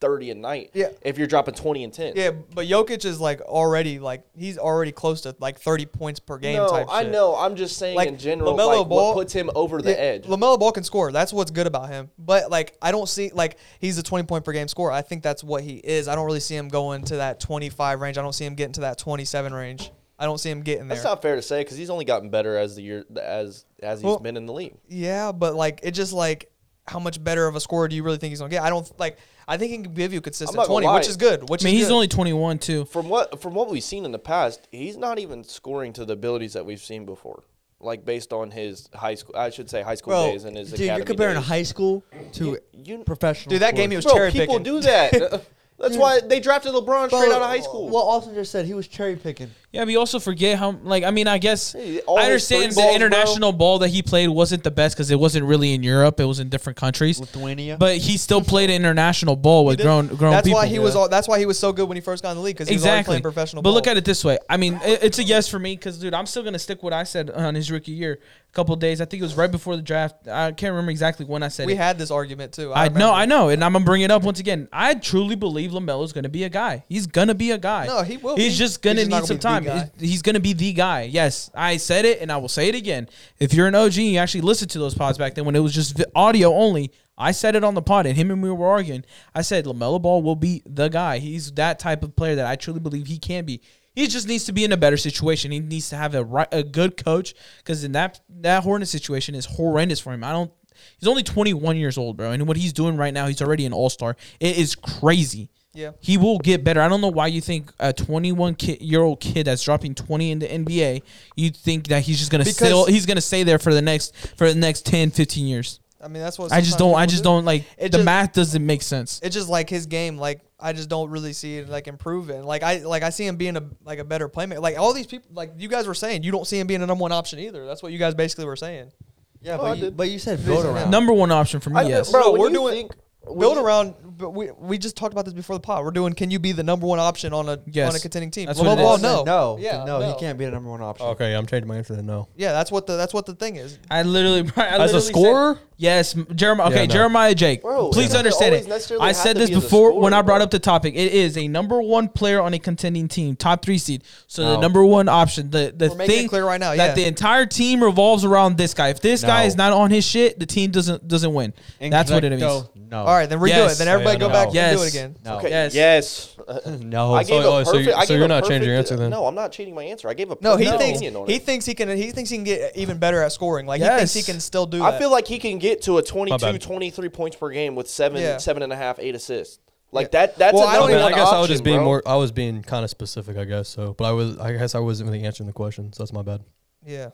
thirty a night. Yeah. If you're dropping twenty and ten. Yeah, but Jokic is like already like he's already close to like 30 points per game. No, type I shit. know. I'm just saying Like, in general, LaMelo like Ball- what puts him over the Yeah, edge. Lamelo Ball can score. That's what's good about him. But like, I don't see like he's a twenty point per game scorer. I think that's what he is. I don't really see him going to that twenty five range. I don't see him getting to that twenty seven range. I don't see him getting there. That's not fair to say because he's only gotten better as the year as as he's Well- been in the league. yeah, but like it just like how much better of a scorer do you really think he's gonna get? I don't like. I think he can give you a consistent not gonna twenty, lie. which is good. Which I mean, is he's good. only 21 too. From what from what we've seen in the past, he's not even scoring to the abilities that we've seen before. Like based on his high school, I should say high school Bro, days and his dude, academy you're comparing days. high school to you- professional. dude. That game he sports. was Bro, cherry people picking. do that. That's why they drafted LeBron straight Bro, out of high school. Well, Austin just said he was cherry picking. Yeah, but you also forget how. Like, I mean, I guess Hey, all I his understand three the balls, international ball that he played wasn't the best because it wasn't really in Europe; it was in different countries. Lithuania. But he still played international ball with grown grown That's people. why he was. Yeah. All, that's why he was so good when he first got in the league because he was already exactly playing professional. But look ball. at it this way: I mean, it, it's a yes for me because, dude, I'm still gonna stick what I said on his rookie year. A couple days, I think it was right before the draft. I can't remember exactly when I said We it. had this argument too. I know, remember. I know, and I'm gonna bring it up once again. I truly believe Lamelo's gonna be a guy. He's gonna be a guy. No, he will He's be. just gonna He's just need not some gonna time. be the He's, he's gonna be the guy. Yes, I said it, and I will say it again. If you're an OG, and you actually listened to those pods back then when it was just vi- audio only. I said it on the pod, and him and me were arguing. I said Lamelo Ball will be the guy. He's that type of player that I truly believe he can be. He just needs to be in a better situation. He needs to have a right, a good coach because in that that Hornets situation is horrendous for him. I don't He's only 21 years old, bro. And what he's doing right now, he's already an all star. It is crazy. Yeah. He will get better. I don't know why you think a 21 ki- year old kid that's dropping 20 in the NBA, you think that he's just going to Because- still he's going to stay there for the next for the next 10, 15 years. I mean, that's what I just sometimes don't I people just do. don't like It the just- math doesn't make sense. it's just like his game. Like I just don't really see it like improving. Like I like I see him being a like a better playmaker. Like all these people, like you guys were saying, you don't see him being a number one option either. That's what you guys basically were saying. yeah, I but, you, did. but you said build around. Number one option for me, I- yes. bro, Bro, when we're you doing- think, when Build you- around, but we we just talked about this before the pod. We're doing. Can you be the number one option on a Yes. on a contending team? That's Lamelo what it Ball, is. no, no, yeah, no, he can't be the number one option. Okay, I'm changing my answer to no. Yeah, that's what the that's what the thing is. I literally, bro, I As a literally said- scorer? yes, m- Jeremiah. Okay, Yeah, no. Jeremiah Jake. Bro, it please doesn't understand always it. necessarily I have said to this be as a before scorer, when I brought bro. up the topic. It is a number one player on a contending team, top three seed. So the No. number one option, the the We're making it thing clear right now, that yeah. the entire team revolves around this guy. If this guy No. is not on his shit, the team doesn't doesn't win. That's what it means. Incorrecto. No. All right, then redo Oh. Yes. Oh, it. Then everybody Yeah, go no. back and do Yes. it again. No. Okay, Yes. yes. No. I So- gave oh, a so you- perfect. I so gave you're a not changing your perfect- answer then? No, I'm not changing my answer. I gave a No, he perfect thinks opinion on he it. thinks he can he thinks he can get even better at scoring. Like Yes. he thinks he can still do. I that. feel like he can get to a 22, bad. 23 points per game with seven, Yeah. seven and a half, eight assists. Like that. That's Well, a I don't number even- one I guess I was option, just being bro. more. I was being kind of specific, I guess. So, but I was. I guess I wasn't really answering the question, so that's my bad. yeah.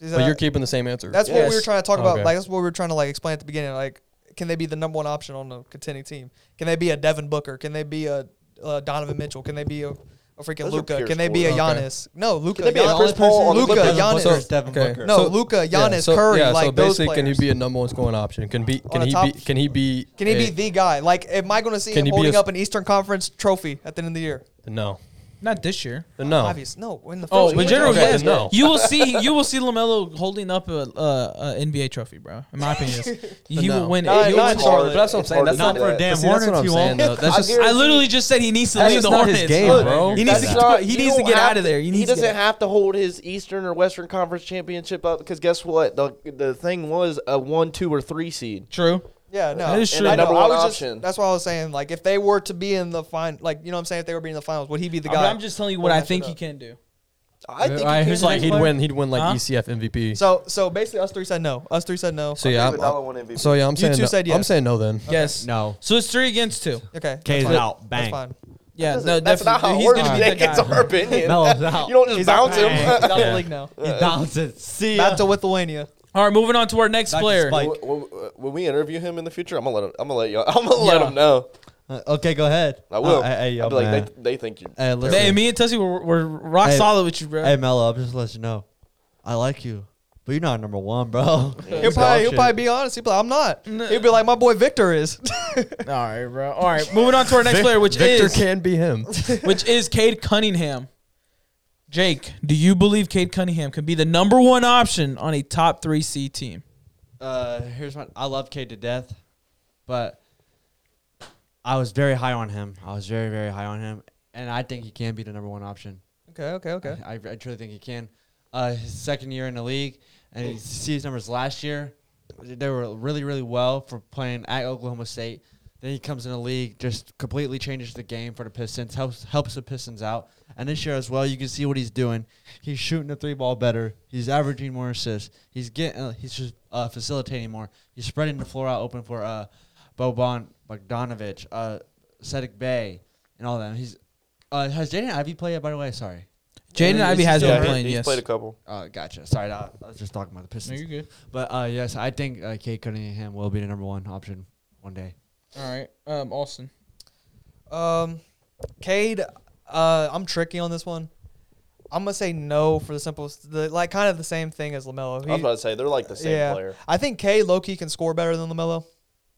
Is But that- you're keeping the same answer. That's what we were Yes. trying to talk about. Okay. Like that's what we were trying to like explain at the beginning. Like, can they be the number one option on a contending team? Can they be a Devin Booker? Can they be a, uh Donovan Mitchell? Can they be a, a freaking Those are Luca? pure Can they be a scorers. Giannis? No, Luca. they be a Giannis, Chris Paul on the Luka, Clippers? Giannis. So- Devin Booker. No, Luca, Giannis, Curry, like so those basically, can he players. be a number one scoring option? Can be? On Can a he top- be? Can he be? Can he a- be the guy? Like, am I going to see Can him he be a holding s- up an Eastern Conference trophy at the end of the year? No. Not this year. No. Obvious. No, in the Oh, first in year. general, Okay, yes. then no. You will see, you will see Lamelo holding up a, a, a NBA trophy, bro. In my opinion, he No. will win it. Not- He will not win it. Charlotte. But that's what I'm It's saying. hard That's to not do for that. damn See, that's what Hornets, I'm you saying. won't. Though. That's I just. I literally just said he needs to That's leave just the not Hornets. his game, Look, bro. He needs to That's get, not- he you needs to don't get have out of there. He, needs to doesn't get out. have to hold his Eastern or Western Conference championship up because guess what? The the thing was a one, two, or three seed. True. Yeah, no. That is And true. I know, Number I one was option. just, that's why I was saying, like, if they were to be in the final, like, you know what I'm saying? If they were to be in the finals, would he be the But guy? I'm just telling you what Well, I that's think what he up. can do. I think I, he he's like he'd win. He'd win like E Huh? ECF MVP. So, So, so basically, us three said no. Us three said no. yeah, David Allen won I'm, MVP. so yeah, I'm saying. two no. said I'm yes. saying no. Then Yes. No. So it's three against two. Okay. that's K's fine. out. That's Bang. fine. Yeah. That's- No. that's Definitely. not how it he's works, gonna be the Nick. It's our guy. opinion. Melo's out. You don't just He's out. bounce him. He's out of the league now. He's bouncing. See ya. Back to Lithuania. All right. Moving on to our next Back to player. Spike. When, when- when we interview him in the future, I'm gonna let him. I'm gonna let you. I'm gonna let Yeah. him know. Uh, okay, go ahead. I will. Uh, hey, hey, yo, I'll be like, man. they, they think you. Hey, listen. Hey, me and Tessie were, were rock Hey. solid with you, bro. Hey, Mello, I'm just letting you know. I like you, but you're not number one, bro. He'll dog probably, he'll shit. probably be honest. He'll be like, I'm not. He'll be like, my boy Victor is. All right, bro. All right, moving on to our next player, which Victor is can be him. which is Cade Cunningham. Jake, do you believe Cade Cunningham can be the number one option on a top three C team? uh, here's my. I love Cade to death, but I was very high on him. I was very, very high on him, and I think he can be the number one option. okay, okay, okay. I, I truly think he can. Uh, his second year in the league, and he see his numbers last year. They were really, really well for playing at Oklahoma State. Then he comes in the league, just completely changes the game for the Pistons, helps helps the Pistons out. And this year as well, you can see what he's doing. He's shooting the three ball better. He's averaging more assists. He's getting, uh, he's just uh, facilitating more. He's spreading the floor out open for uh, Boban Bogdanovic, uh, Cedric Bay, and all that. He's uh, has Jaden Ivy played yet? By the way, sorry. Jaden Yeah, Ivey has he's been still- playing. he's yes. played a couple. Uh, gotcha. Sorry, I I was just talking about the Pistons. good. But uh, yes, I think uh, Kate Cunningham will be the number one option one day. All right, um, Austin. Um, Cade, uh, I'm tricky on this one. I'm gonna say no for the simple, the, like kind of the same thing as Lamelo. I was about to say they're like the same yeah, player. I think Cade low key can score better than Lamelo.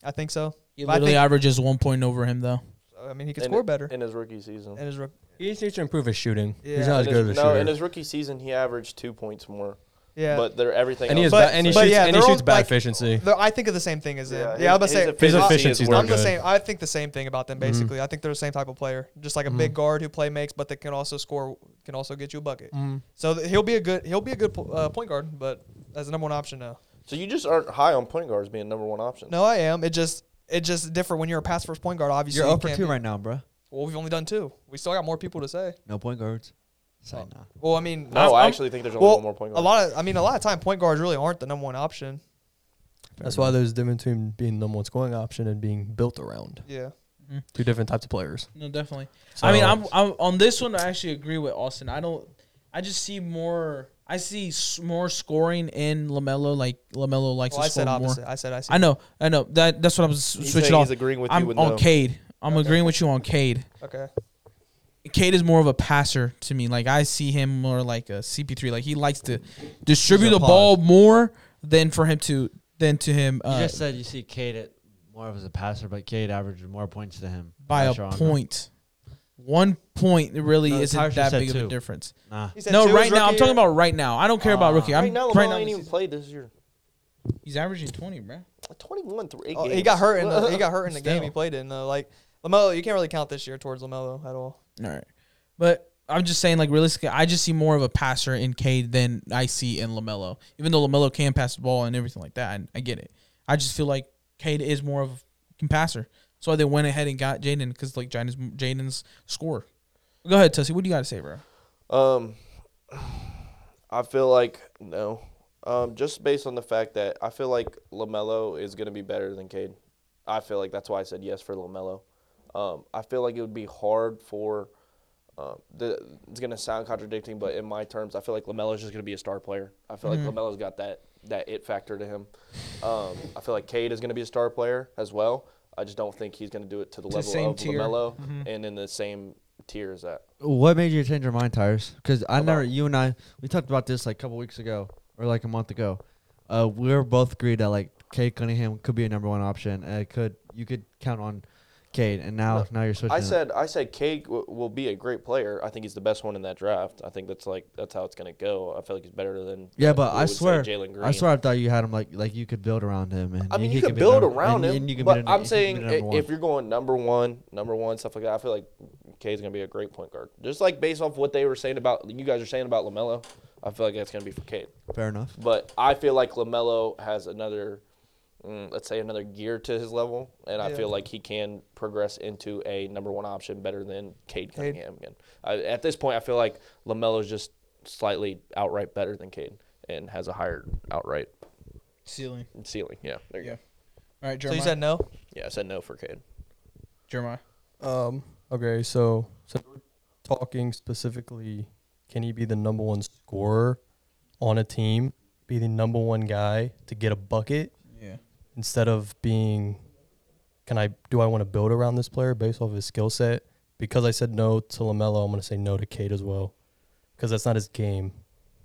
I think so. He But I literally think- averages one point over him, though. I mean, he can And- score better. in his rookie season. And his rec- He just needs to improve his shooting. Yeah. He's not as In good of a his, shooter. no, in his rookie season, he averaged two points more. yeah, But they're everything. and he, else has But- ba- and he but shoots, yeah, and he they're shoots all, bad like- efficienly. They're- I think of the same thing as him. Yeah, I'm gonna his- say his efficiency's is not I'm worse. the good. same. I think the same thing about them. Mm-hmm. Basically, I think they're the same type of player, just like a big guard who play makes, but they can also score, can also get you a bucket. So th- he'll be a good, he'll be a good po- uh, point guard, but as the number one option now. So you just aren't high on point guards being number one option. No, I am. It just, it just different when you're a pass first point guard. Obviously, You're you over can't two be- right now, bro. Well, we've only done two. We still got more people to say. No point guards. So Oh. nah. Well, I mean, No, I I'm- actually think there's only well, one more point guard. A lot of, I mean, a lot of time point guards really aren't the number one option. That's why there's a difference between being number one scoring option and being built around. Yeah. Two different types of players. No, definitely. I mean, So- I'm, I'm on this one. I actually agree with Austin. I don't. I just see more. I see s- more scoring in Lamelo. Like Lamelo likes Well, to score I said more. opposite. I said I said. I know. I know. That that's what I'm s- He's switching saying off. He's agreeing with you I'm with on no. Cade. I'm agreeing with you on Cade. okay. Cade is more of a passer to me. Like I see him more like a CP3. Like he likes to distribute He's a the ball more than for him to than to him you uh, just said you see Kate at more of as a passer, but Kate averaged more points to him. by a last year on him. point. One point really No, isn't Tyrese that said big of a two. difference. Nah. He said no, two right is now. I'm rookie talking year. about right now. I don't care about Uh, rookie. I'm Right now, LaMelo right now, ain't this even is- played this year. he's averaging 20, bro. 21 through eight Oh, he games. got hurt in the he got hurt in the game Still. he played in though. Like Lamelo, you can't really count this year towards Lamelo at all. All right, but I'm just saying, like realistically, I just see more of a passer in Cade than I see in Lamelo. Even though Lamelo can pass the ball and everything like that, and I get it. I just feel like Cade is more of a passer. That's why they went ahead and got Jaden because like Jaden's Jaden's score. Go ahead, Tussie. What do you got to say, bro? Um, I feel like no. Um, just based on the fact that I feel like Lamelo is going to be better than Cade. I feel like that's why I said yes for Lamelo. Um, I feel like it would be hard for. Um, the, it's going to sound contradicting, but in my terms, I feel like Lamelo's just going to be a star player. I feel like Lamelo's got that that it factor to him. Um, I feel like Cade is going to be a star player as well. I just don't think he's going to do it to the To the level same of tier. Lamelo and in the same tier as that. What made you change your mind, Tyrus? Because I never, you and I, we talked about this like a couple weeks ago or like a month ago. Uh, we were both agreed that like Cade Cunningham could be a number one option. And it could you could count on Cade, and now now you're switching. I it. said I said Cade w- will be a great player. I think he's the best one in that draft. I think that's like that's how it's gonna go. I feel like he's better than Yeah, uh, but who I would say swear- Jalen Green. I swear I thought you had him like like you could build around him and I mean, he you can be build number- around and- him, and you could be but the- I'm he could be saying the i- number if one. you're going number one, number one stuff like that, I feel like Cade's gonna be a great point guard. Just like based off what they were saying about you guys are saying about Lamelo, I feel like that's gonna be for Cade. fair enough. But I feel like Lamelo has another, mm, let's say, another gear to his level, and I Yeah. feel like he can progress into a number one option better than Cade Cade. Cunningham. And I, at this point, I feel like Lamelo's just slightly outright better than Cade and has a higher outright Ceiling. ceiling. Yeah, there you Yeah. go. All right, So you Jeremiah. said no? Yeah, I said no for Cade. Jeremiah. Um. Okay. So, so we're talking specifically, can he be the number one scorer on a team? Be the number one guy to get a bucket Yeah. instead of being, can I? Do I want to build around this player based off his skill set? Because I said no to Lamelo, I'm going to say no to Kate as well, because that's not his game.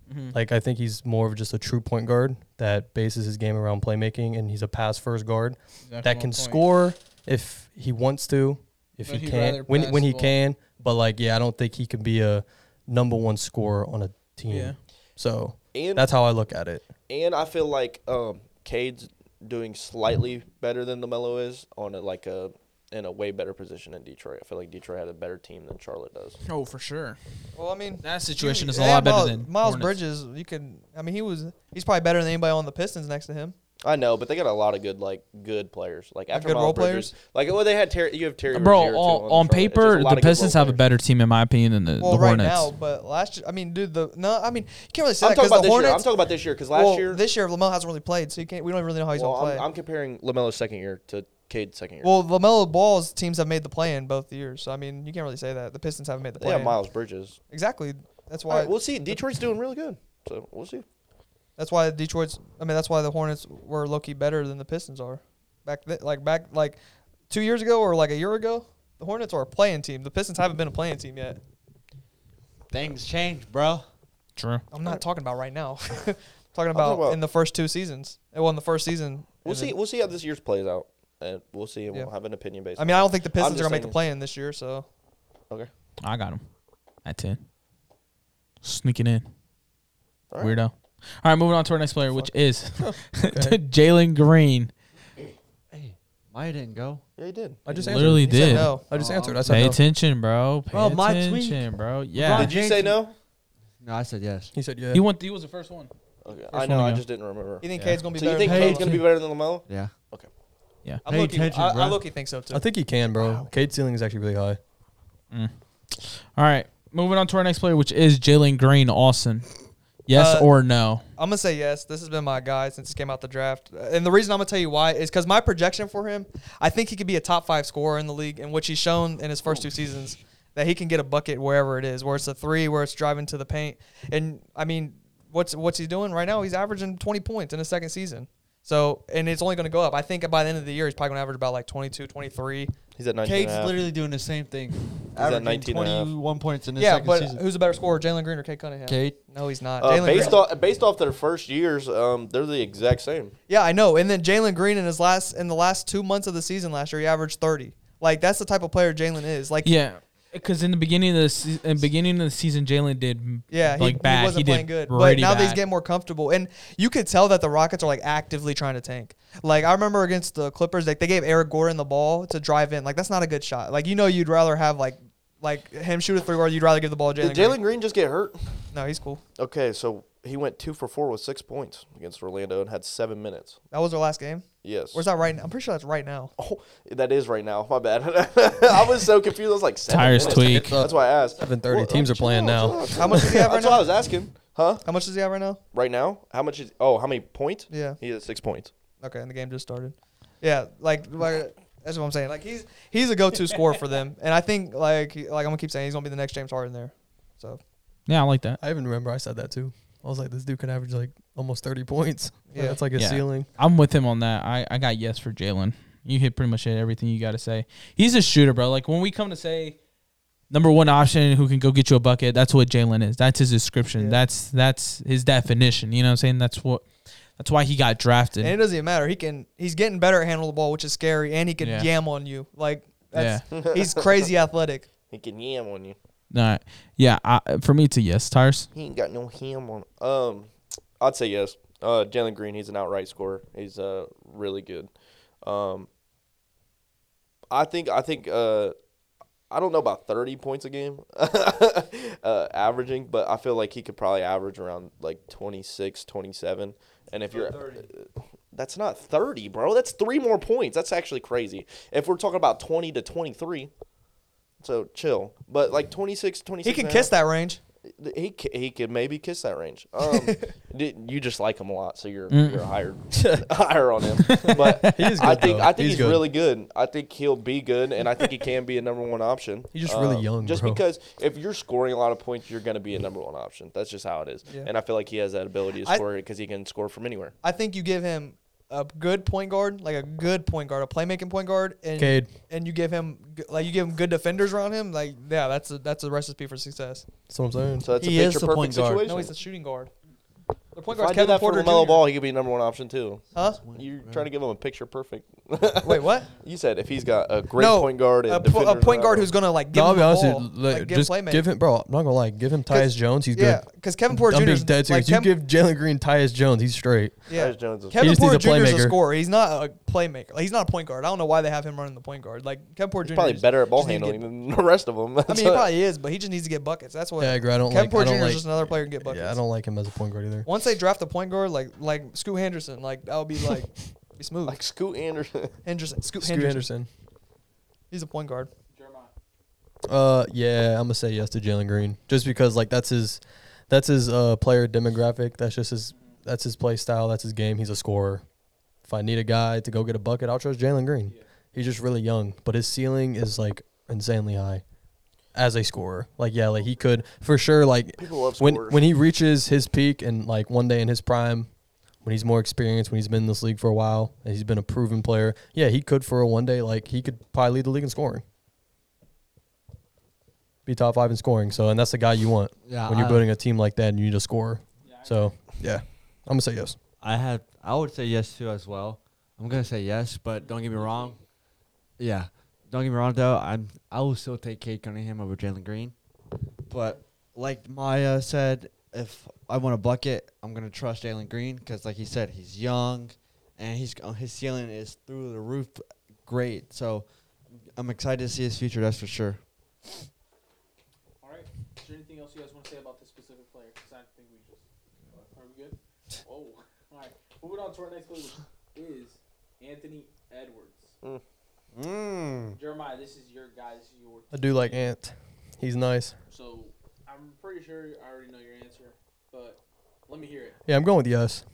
Mm-hmm. Like I think he's more of just a true point guard that bases his game around playmaking, and he's a pass first guard that can score if he wants to, if But he he'd can, rather when pass when the he ball. can. But like, yeah, I don't think he can be a number one scorer on a team. Yeah. So And that's how I look at it. and I feel like um, Cade's doing slightly better than Lamelo is on a, like a in a way better position in Detroit. I feel like Detroit had a better team than Charlotte does. Oh, for sure. Well, I mean, That situation is a they had lot better Miles, than Miles Hornets. Bridges. You can. I mean, he was. He's probably better than anybody on the Pistons next to him. I know, but they got a lot of good like good players. Like after good Miles role Bridges, like well, they had Terry. You have Terry. Bro, Rozier, on, too, the on Charlotte. It's just paper, lot the of good role Pistons have a players. better team, in my opinion, than the, Well, the right Hornets. now, but last year, I mean, dude, the no, I mean, you can't really say I'm that talking because about the this year. I'm Hornets. talking about this year because last well, year. this year Lamelo hasn't really played, so you can't. We don't really know how he's well, gonna I'm, play. I'm comparing Lamelo's second year to Cade's second year. well, Lamelo Ball's teams have made the play in both years, so I mean, you can't really say that the Pistons haven't made the they play. have Miles Bridges. Exactly. That's All why. right, we'll see. Detroit's doing really good, so we'll see. That's why Detroit's. I mean, that's why the Hornets were low key better than the Pistons are. Back th- like back like two years ago or like a year ago, the Hornets are a playing team. The Pistons haven't been a playing team yet. Things change, bro. True. I'm not talking about right now. I'm talking talking about, about- in the first two seasons. Well, in the first season. We'll and then- see. We'll see how this year's plays out, and we'll see. And Yeah. We'll have an opinion based. I mean, I don't think the Pistons just are gonna make the saying- play in this year. So okay. I got him at 10. Sneaking in. All right. Weirdo. All right, moving on to our next player, which is Jalen Green. Hey, Maya didn't go. Yeah, he did. I just answered. Literally he said did. no. I just Oh. answered. I said Pay no. attention, bro. Pay Bro, my tweet. attention, bro. Yeah. Did you say no? No, I said yes. He said yeah. He went. He was the first one. Okay. I First know. one I to go. just didn't remember. You think Yeah. Cade's gonna be So better? you think than Cade's Lamelo? gonna be better than Lamelo? Yeah. I'm Pay looking. attention, I, I bro. look. He thinks so too. I think he can, bro. Cade's ceiling is actually really high. All right, moving on to our next player, which is Jalen Green. Austin, yes Uh, or no? I'm gonna say yes. This has been my guy since he came out the draft, and the reason I'm gonna tell you why is because my projection for him, I think he could be a top five scorer in the league, and which he's shown in his first two seasons that he can get a bucket wherever it is, where it's a three, where it's driving to the paint, and I mean, what's what's he doing right now? He's averaging 20 points in his second season, so and it's only gonna go up. I think by the end of the year, he's probably gonna average about like 22, 23. He's at 19. and Cade's a half. literally doing the same thing. at Averaging 19 and a half. 21 points in his Yeah, second but season. who's a better scorer, Jalen Green or Kate Cunningham? Cade. No, he's not. Uh, Jalen based Green- off based off their first years, um, they're the exact same. Yeah, I know. And then Jalen Green in his last in the last two months of the season last year, he averaged thirty. Like that's the type of player Jalen is. Like Yeah, because in the beginning of the se- in the beginning of the season, Jalen did yeah, he, like he bad. wasn't he playing did good. But pretty now that he's bad. getting more comfortable, and you could tell that the Rockets are like actively trying to tank. Like I remember against the Clippers, like they gave Eric Gordon the ball to drive in. Like that's not a good shot. Like you know, you'd rather have like like him shoot a three, or you'd rather give the ball to Jalen. Did Jalen Green. Green just get hurt? No, he's cool. Okay, so he went two for four with six points against Orlando and had seven minutes. That was their last game. Yes. Where's that right now? I'm pretty sure that's right now. Oh, that is right now. My bad. I was so confused. I was like, seven Tires tweak. minutes? That's why I asked. 7:30. Teams are chill playing out, now. chill out, chill How much out. does he have right That's what now? I was asking. Huh? How much does he have right now? Right now? How much is? Oh, how many points? Yeah. He has six points. Okay, and the game just started. Yeah, like, like that's what I'm saying. Like he's he's a go-to scorer for them, and I think like he- like I'm gonna keep saying he's gonna be the next James Harden there. So yeah, I like that. I even remember I said that too. I was like, this dude could average like almost 30 points. Yeah. That's like his Yeah. ceiling. I'm with him on that. I, I got yes for Jalen. You hit pretty much everything you got to say. He's a shooter, bro. Like when we come to say number one option who can go get you a bucket, that's what Jalen is. That's his description. Yeah. That's that's his definition. You know what I'm saying? That's what that's why he got drafted. and it doesn't even matter. He can he's getting better at handling the ball, which is scary, and he can Yeah. yam on you. Like that's he's crazy athletic. He can yam on you. All right. Yeah, I, for me to yes, Tires. He ain't got no ham on. Um, I'd say yes. Uh, Jalen Green, he's an outright scorer. He's uh really good. Um, I think I think uh, I don't know about thirty points a game, uh, averaging, but I feel like he could probably average around like 26, 27. And if you're, uh, that's not thirty, bro. That's three more points. That's actually crazy. If we're talking about twenty to twenty-three. So chill, but like 26, 26 He can and a kiss half- that range. Th- He c- he could maybe kiss that range. Um, di- you just like him a lot, so you're you're higher higher on him. But He is I good, think though. I think Mm. He's he's, good. really good. I think he'll be good, and I think he can be a number one option. Um, He's just really young, Just bro. because if you're scoring a lot of points, you're going to be a number one option. That's just how it is. Yeah. And I feel like he has that ability to I- score because he can score from anywhere. I think you give him a good point guard, like a good point guard, a playmaking point guard, and Cade. and you give him g- like you give him good defenders around him. Like yeah, that's a that's a recipe for success. That's what I'm saying. So that's He a is picture the perfect point guard. situation. No, he's a shooting guard. The point If I guard did Kevin that for Porter LaMelo Jr. Ball, he could be number one option too. Huh? You're trying to give him a picture perfect. Wait, what? You said if he's got a great No, point guard and a, po- a defenders point guard around him. who's gonna like give No, I'll him be the honest. ball, with you, like, like, give just playmaking. give him, bro. I'm not gonna lie. Give him 'Cause- Tyus Jones. He's yeah, good. because Kevin Porter I'm Jr. being is dead serious. Like, Kev- you give Jalen Green Tyus Jones, he's straight. yeah. Tyus Jones is- He Kevin just needs Porter a Jr. is a playmaker. scorer. He's not a playmaker. Like, he's not a point guard. I don't know why they have him running the point guard. Like Kevin Porter He's Jr. probably just- better at ball just need to handling get- than the rest of them. I mean, he probably is, but he just needs to get buckets. That's what. Yeah, I agree. I don't Kevin like. Porter I Jr. don't like, is just another player who can get buckets. Yeah, I don't like him as a point guard either. Once they draft a point guard like like Scoot Henderson, like that would be like be smooth. like Scoot Anderson. Henderson, Scoot, Scoot Henderson. Henderson. He's a point guard. Uh, yeah, I'm gonna say yes to Jalen Green just because like that's his, that's his uh player demographic. That's just his. That's his play style. That's his game. He's a scorer. If I need a guy to go get a bucket, I'll trust Jalen Green. He's just really young, but his ceiling is like insanely high as a scorer. Like yeah, like he could for sure. Like People love when scorers. when he reaches his peak and like one day in his prime, when he's more experienced, when he's been in this league for a while, and he's been a proven player, yeah, he could for a one day like he could probably lead the league in scoring. Be top five in scoring. So and that's the guy you want Yeah, when you're I- building a team like that and you need a scorer. So yeah, I'm gonna say yes. I had I would say yes too as well. I'm gonna say yes, but don't get me wrong. Yeah, don't get me wrong though. I'm I will still take Kate Cunningham over Jalen Green, but like Maya said, if I want a bucket, I'm gonna trust Jalen Green because like he said, he's young, and he's uh, his ceiling is through the roof. Great, so I'm excited to see his future. That's for sure. All right. Is there anything else you guys want to say about this specific player? Because I think we just are we good. Oh, all right. Moving on to our next player, which is Anthony Edwards. Mm. Jeremiah, this is your guy. This is your. I do like Ant. He's nice. So I'm pretty sure I already know your answer, but let me hear it. Yeah, I'm going with yes.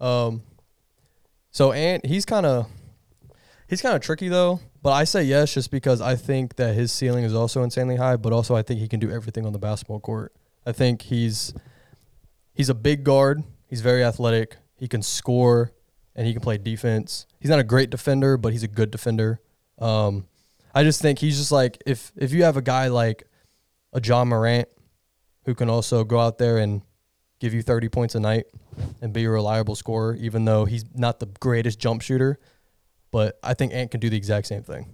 Um, so Ant, he's kind of he's kind of tricky though, but I say yes just because I think that his ceiling is also insanely high, but also I think he can do everything on the basketball court. I think he's he's a big guard. He's very athletic. He can score and he can play defense. He's not a great defender, but he's a good defender. Um, I just think he's just like if if you have a guy like a John Morant who can also go out there and give you 30 points a night and be a reliable scorer, even though he's not the greatest jump shooter. But I think Ant can do the exact same thing.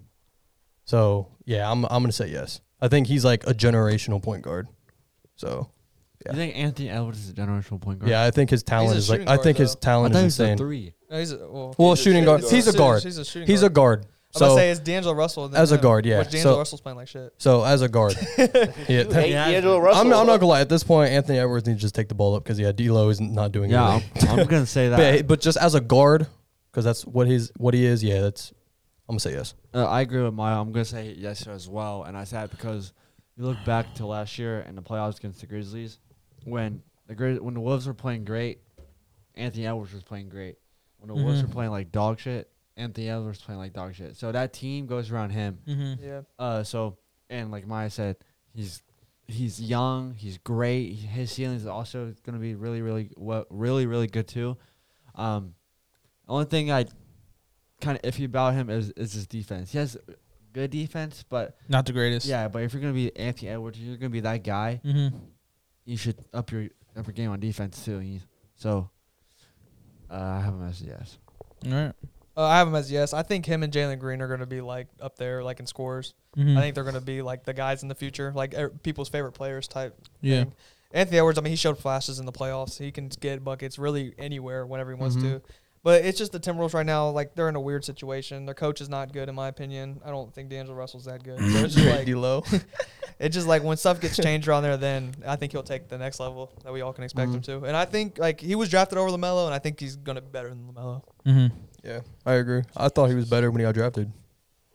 So yeah, I'm I'm gonna say yes. I think he's like a generational point guard. So Yeah. You think Anthony Edwards is a generational point guard? yeah, I think his talent a is like shooting I guard, think his though. I talent thought is he was a insane. three. No, he's a, well, well, He's a shooting shooting guard. guard. He's a guard. He's a shooting He's a guard. guard. I'm gonna say So it's D'Angelo Russell. than As a him, guard, yeah. Which D'Angelo So- Russell's playing like shit. so as a guard, yeah. that- Hey, D'Angelo Russell. I'm, I'm not gonna lie. At this point, Anthony Edwards needs to just take the ball up because yeah, D'Lo is not doing Yeah, anything. I'm, I'm gonna say that. But, but just as a guard, because that's what his what he is. Yeah, that's. I'm gonna say yes. Uh, I agree with Maya. I'm gonna say yes as well, and I say that because you look back to last year and the playoffs against the Grizzlies, when the Grizz- when the Wolves were playing great, Anthony Edwards was playing great. When the Wolves were playing like dog shit, Anthony Edwards was playing like dog shit. So that team goes around him. Mm-hmm. Yeah. Uh, so and like Maya said, he's he's young, he's great. His ceiling is also gonna be really, really, well, really, really good too. Um, only thing I kind of iffy about him is is his defense. He has good defense, but Not the greatest. yeah, but if you're gonna be Anthony Edwards, you're gonna be that guy. Mm-hmm. You should up your up your game on defense too. You- So uh, I have him as a yes. All right. Uh, I have him as yes. I think him and Jalen Green are going to be like up there, like in scores. Hmm. Mm-hmm. I think they're going to be like the guys in the future, like er, people's favorite players type. Yeah. thing. Anthony Edwards, I mean, he showed flashes in the playoffs. He can get buckets really anywhere whenever he wants Mhm. to. But it's just the Timberwolves right now, like they're in a weird situation. Their coach is not good, in my opinion. I don't think D'Angelo Russell's that good. So it's just like D'Lo. it's just like when stuff gets changed around there, then I think he'll take the next level that we all can expect him to. And I think like he was drafted over Lamelo, and I think he's gonna be better than Lamelo. Mm-hmm. yeah, I agree. I thought he was better when he got drafted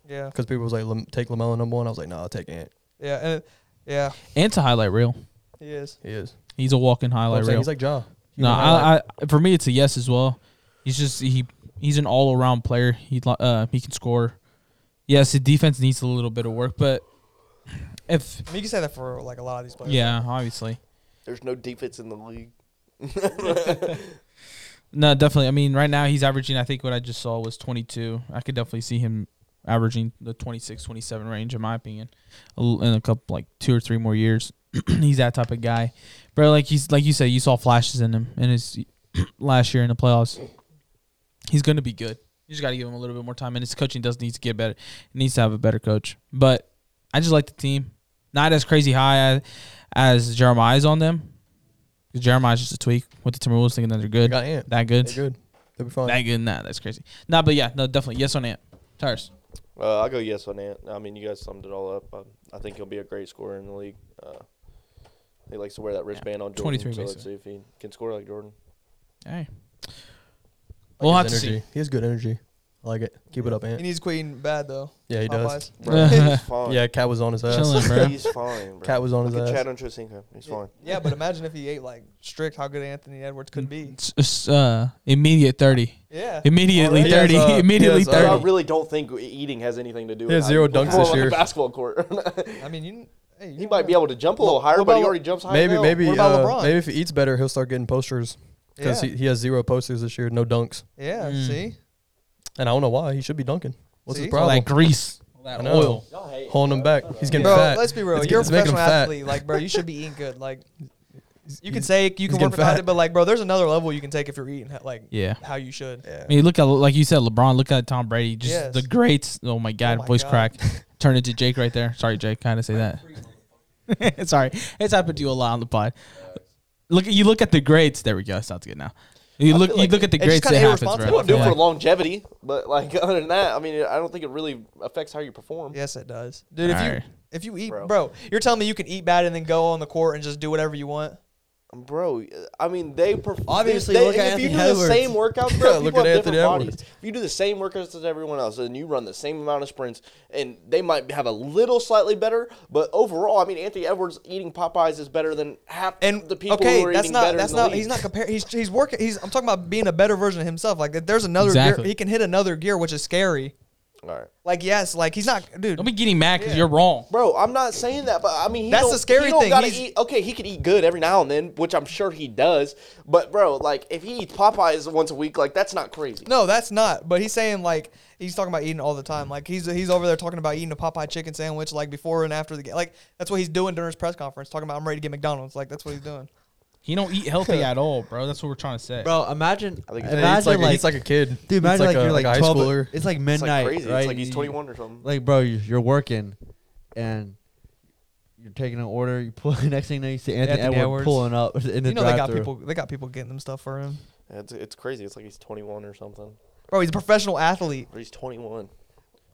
Yeah, because people was like, Lam- take Lamelo number one. I was like, no, I'll take Ant. yeah, and, yeah. And to highlight reel. He is. He is. He's a walking highlight I'm saying reel. he's like Ja. no, Human I, I for me it's a yes as well. He's just he he's an all around player. He li- uh he can score. Yes, the defense needs a little bit of work, but if I mean, you can say that for like a lot of these players. yeah, obviously. There's no defense in the league. No, definitely. I mean, right now he's averaging I think what I just saw was 22. I could definitely see him averaging the 26, 27 range in my opinion a l- in a couple like 2 or 3 more years. he's that type of guy, bro. Like he's like you said, you saw flashes in him in his last year in the playoffs. He's gonna be good. You just gotta give him a little bit more time, and his coaching does need to get better. He needs to have a better coach. But I just like the team, not as crazy high as, as Jeremiah's on them. 'Cause Jeremiah's just a tweak with the Timberwolves, thinking that they're They good, got Ant. that good, They're good. They'll be fine. that good. Nah, that's crazy. Nah, but yeah, no, definitely yes on Ant. Tyrus. Uh, I'll go yes on Ant. I mean, you guys summed it all up. I, I think he'll be a great scorer in the league. Uh, he likes to wear that wristband on Jordan. 23 so let's see basically. if he can score like Jordan. Hey, I we'll like have his to see. energy. He has good energy. I like it. Keep it up, He Ant. needs queen bad though. Yeah, he does. Popeyes. Bro, he's fine. Yeah, Cat was on his ass. Chilling, bro. He's fine, bro. Cat was on his Look at ass. Chad Ochocinco. He's fine. Yeah, but imagine if he ate like strict how good Anthony Edwards could be. It's- it's, uh, immediate thirty. Yeah. Immediately Alright. thirty. He has, uh, immediately he has, uh, I thirty. really don't think eating has anything to do. He had with zero how you dunks perform this on the year. basketball court. I mean, you. Hey, you he never might be know. able to jump a little higher, what but he about- already jumps higher. Maybe, now. maybe, What about uh, LeBron? maybe if he eats better, he'll start getting posters because Yeah. he, he has zero posters this year, no dunks, Yeah. Mm. See. and I don't know why. He should be dunking. What's See? his All problem? that grease, all I that know. oil. Y'all hate him. Holding him back. He's getting Bro, fat. let's be real. It's You're a get- it's making him professional fat. athlete. Like, bro, you should be eating good. Like, you can He's- say you can getting work about fat. it, but like, bro, there's another level you can take if you're eating ha- like Yeah. how you should. I mean, look at like you said, LeBron. Look at Tom Brady. Just Yes. the greats. Oh my God, Oh my voice God. crack. Turn into Jake right there. Sorry, Jake. Kind of say that. Sorry, it's happened to you a lot on the pod. Look, you look at the greats. There we go. Sounds good now. You I look, feel you like look at the it's just greats. It kinda happens, irresponsible. It bro. won't do What I feel for like- longevity, but like other than that, I mean, I don't think it really affects how you perform. Yes, it does, dude. If you Alright. if you eat, Bro. bro. you're telling me you can eat bad and then go on the court and just do whatever you want. Um, Bro, I mean, they perform. Obviously, they, look if at you do Anthony the Edwards. same workouts, bro, Yeah, people look have at different Anthony bodies. Edwards. If you do the same workouts as everyone else, and you run the same amount of sprints, and they might have a little slightly better, but overall, I mean, Anthony Edwards eating Popeyes is better than half And the people okay, who are that's eating not better that's in the not league. he's not comparing. He's he's working. He's I'm talking about being a better version of himself. Like, if there's another Exactly. gear, he can hit another gear, which is scary. All right. Like, yes, like he's not, dude. Don't be getting mad because you're wrong. Bro, I'm not saying that, but I mean, he That's don't- the scary he don't thing. Gotta He's- eat, okay, he could eat good every now and then, which I'm sure he does. But bro, like if he eats Popeyes once a week, like that's not crazy. No, that's not. But he's saying like he's talking about eating all the time. Like he's he's over there talking about eating a Popeye chicken sandwich like before and after the game. Like that's what he's doing during his press conference, talking about I'm ready to get McDonald's. Like that's what he's doing. He don't eat healthy at all, bro. That's what we're trying to say. Bro, imagine. I think it's- And he imagine eats like, he like, eats like a kid. He dude, eats imagine like, a- you're like, a high 12. schooler. It's like It's midnight. like crazy. Right? It's like he's You- 21 or something. Like, bro, you- you're working, and you're taking an order. You pull. Next thing you know, you see Anthony, Anthony Edwards Edwards. pulling up in the you know they got drive-thru. people they got people getting them stuff for him. It's, it's crazy. It's like he's 21 or something, Bro, he's a professional athlete. or he's 21.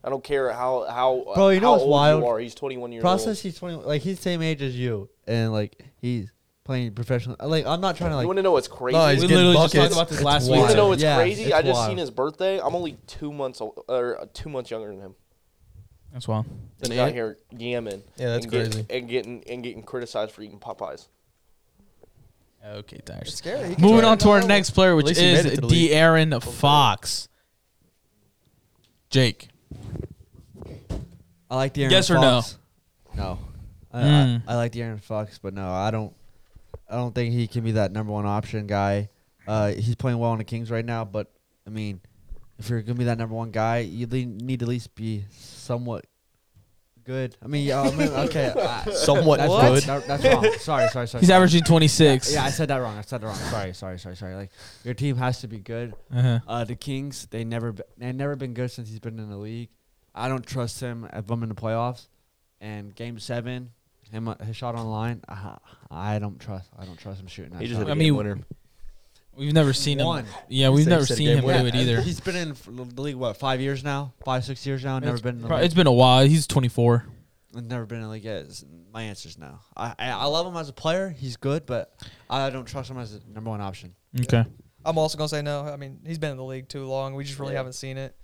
I don't care how how Bro, you know how what's old wild? you are. He's 21 years Process. old. He's twenty. Like he's same age as you, and like he's playing professional. Like I'm not trying to you like. want to know what's crazy? No, we he's you getting literally just talked buckets. about this It's last want week. to know what's Yeah, crazy? it's I just wild. seen his birthday. I'm only two months old, or uh, two months younger than him. That's why. He's An out ant? here yamming. Yeah, that's and get- crazy. and getting and getting criticized for eating Popeyes. Okay, It's Tyrus. scary. He can Moving try on to our another next player, which least he made is it to the league. De'Aaron Fox. Jake. I like De'Aaron Yes or no? Fox. no? No. I, Mm. I, I like De'Aaron Fox, but no, I don't. I don't think he can be that number one option guy. Uh, he's playing well in the Kings right now, but I mean, if you're gonna be that number one guy, you le- need to at least be somewhat good. I mean, yeah, I mean, okay, I, Somewhat that's good. Wrong. That- that's wrong. Sorry, sorry, sorry. He's sorry. averaging 26. Yeah, I said that wrong. I said that wrong. Sorry, sorry, sorry, sorry. Like your team has to be good. Uh-huh. Uh, the Kings, they never be- they never been good since he's been in the league. I don't trust him uh, if I'm in the playoffs. And Game Seven, him uh, his shot on the line, I, I don't trust. I don't trust him shooting that He just hit shot. a I game mean, winner. We've never seen One. him. Yeah, we've said- never said seen game him winner. do it either. He's been in f- the league what five years now, five six years now. Never It's been in the pro- league. it's been a while. He's 24. never been in the league. Yet. It's- My answer's no. I, I I love him as a player. He's good, but I don't trust him as a number one option. Okay. one. I'm also gonna say no. I mean, he's been in the league too long. We just really Yeah. haven't seen it.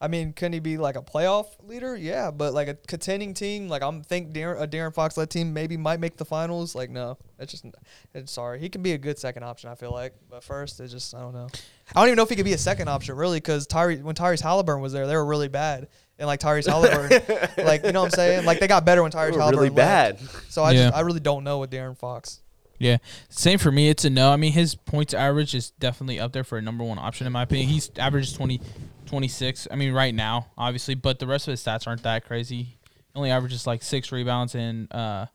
I mean, couldn't he be like a playoff leader? Yeah, but like a contending team, like I'm think Darren, a Darren Fox led team maybe might make the finals. Like no, it's just it's sorry. He can be a good second option. I feel like, but first it's just I don't know. I don't even know if he could be a second option really because Tyree when Tyrese Halliburton was there, they were really bad. And like Tyrese Halliburton, like you know what I'm saying? Like they got better when Tyrese They were Halliburton really left. So I Yeah. just I really don't know with Darren Fox. Yeah. Same for me. It's a no. I mean, his points average is definitely up there for a number one option, in my opinion. He's averages 20, 26. I mean, right now, obviously, but the rest of his stats aren't that crazy. He only averages like six rebounds and uh,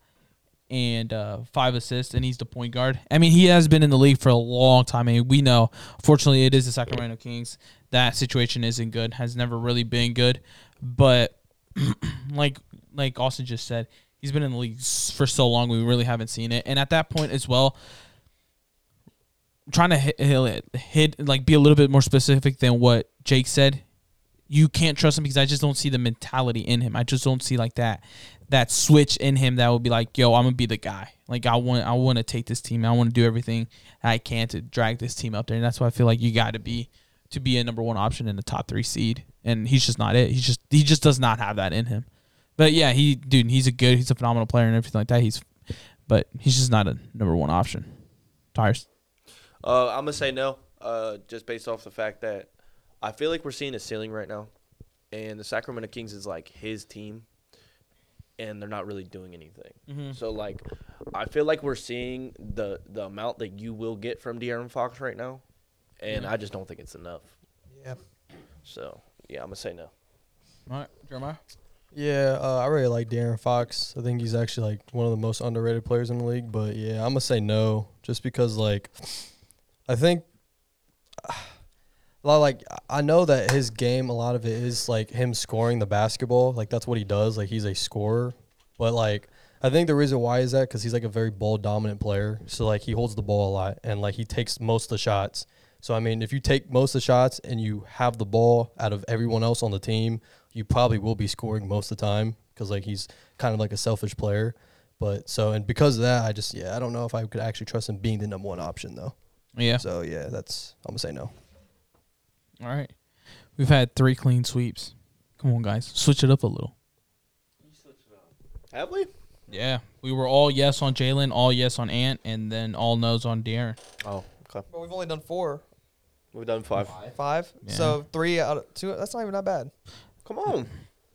and uh, five assists, and he's the point guard. I mean, he has been in the league for a long time, and we know, fortunately, it is the Sacramento Kings. That situation isn't good; has never really been good. But like like Austin just said, he's been in the league s- for so long, we really haven't seen it. And at that point as well, trying to hit, hit, hit like be a little bit more specific than what Jake said. You can't trust him because I just don't see the mentality in him. I just don't see like that that switch in him that would be like, yo, I'm gonna be the guy. Like I want I want to take this team. I want to do everything I can to drag this team up there. And that's why I feel like you got to be to be a number one option in the top three seed. And he's just not it. He's just he just does not have that in him. But yeah, he dude, he's a good, he's a phenomenal player and everything like that. He's but he's just not a number one option. Tires. Uh, I'm gonna say no, uh, just based off the fact that I feel like we're seeing a ceiling right now, and the Sacramento Kings is like his team, and they're not really doing anything. So like, I feel like we're seeing the the amount that you will get from De'Aaron Fox right now, and I just don't think it's enough. Yeah. So yeah, I'm gonna say no. All right, Jeremiah. Yeah, uh, I really like De'Aaron Fox. I think he's actually like one of the most underrated players in the league. But yeah, I'm gonna say no, just because like I think a lot like I know that his game, a lot of it is like him scoring the basketball. Like that's what he does. Like he's a scorer. But like I think the reason why is that because he's like a very ball dominant player. So like he holds the ball a lot and like he takes most of the shots. So I mean, if you take most of the shots and you have the ball out of everyone else on the team, you probably will be scoring most of the time because like he's kind of like a selfish player. But so and because of that, I just yeah, I don't know if I could actually trust him being the number one option though. Yeah. So yeah, that's I'm gonna say no. All right. We've had three clean sweeps. Come on, guys. Switch it up a little. Have we? Yeah. We were all yes on Jalen, all yes on Ant, and then all no's on De'Aaron. Oh, okay. But we've only done four, We've done five. five. Yeah. So three out of two. That's not even that bad. Come on.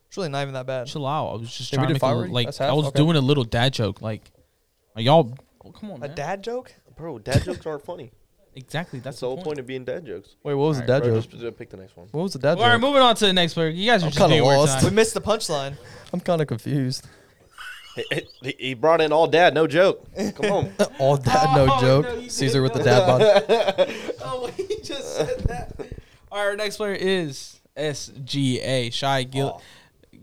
It's really not even that bad. Chill out. I was just Did we trying to do make five a, li- already? like That's I half? was Okay. doing a little dad joke. Like, are y'all? oh, come on, A man. dad joke? Bro, dad jokes aren't funny. exactly. That's That's the whole point of being dad jokes. Wait, what was Alright, the dad Bro, joke? just just pick the next one. What was the dad All right, joke? moving on to the next player. You guys are I'm just kinda doing weird lost. We time. missed the punchline. I'm kind of confused. He- he- he brought in all dad, no joke. Come on. All dad, no Oh, joke. no, you Caesar did with the not. dad bod. Oh, he just said that. All right, our next player is SGA Shy Gil-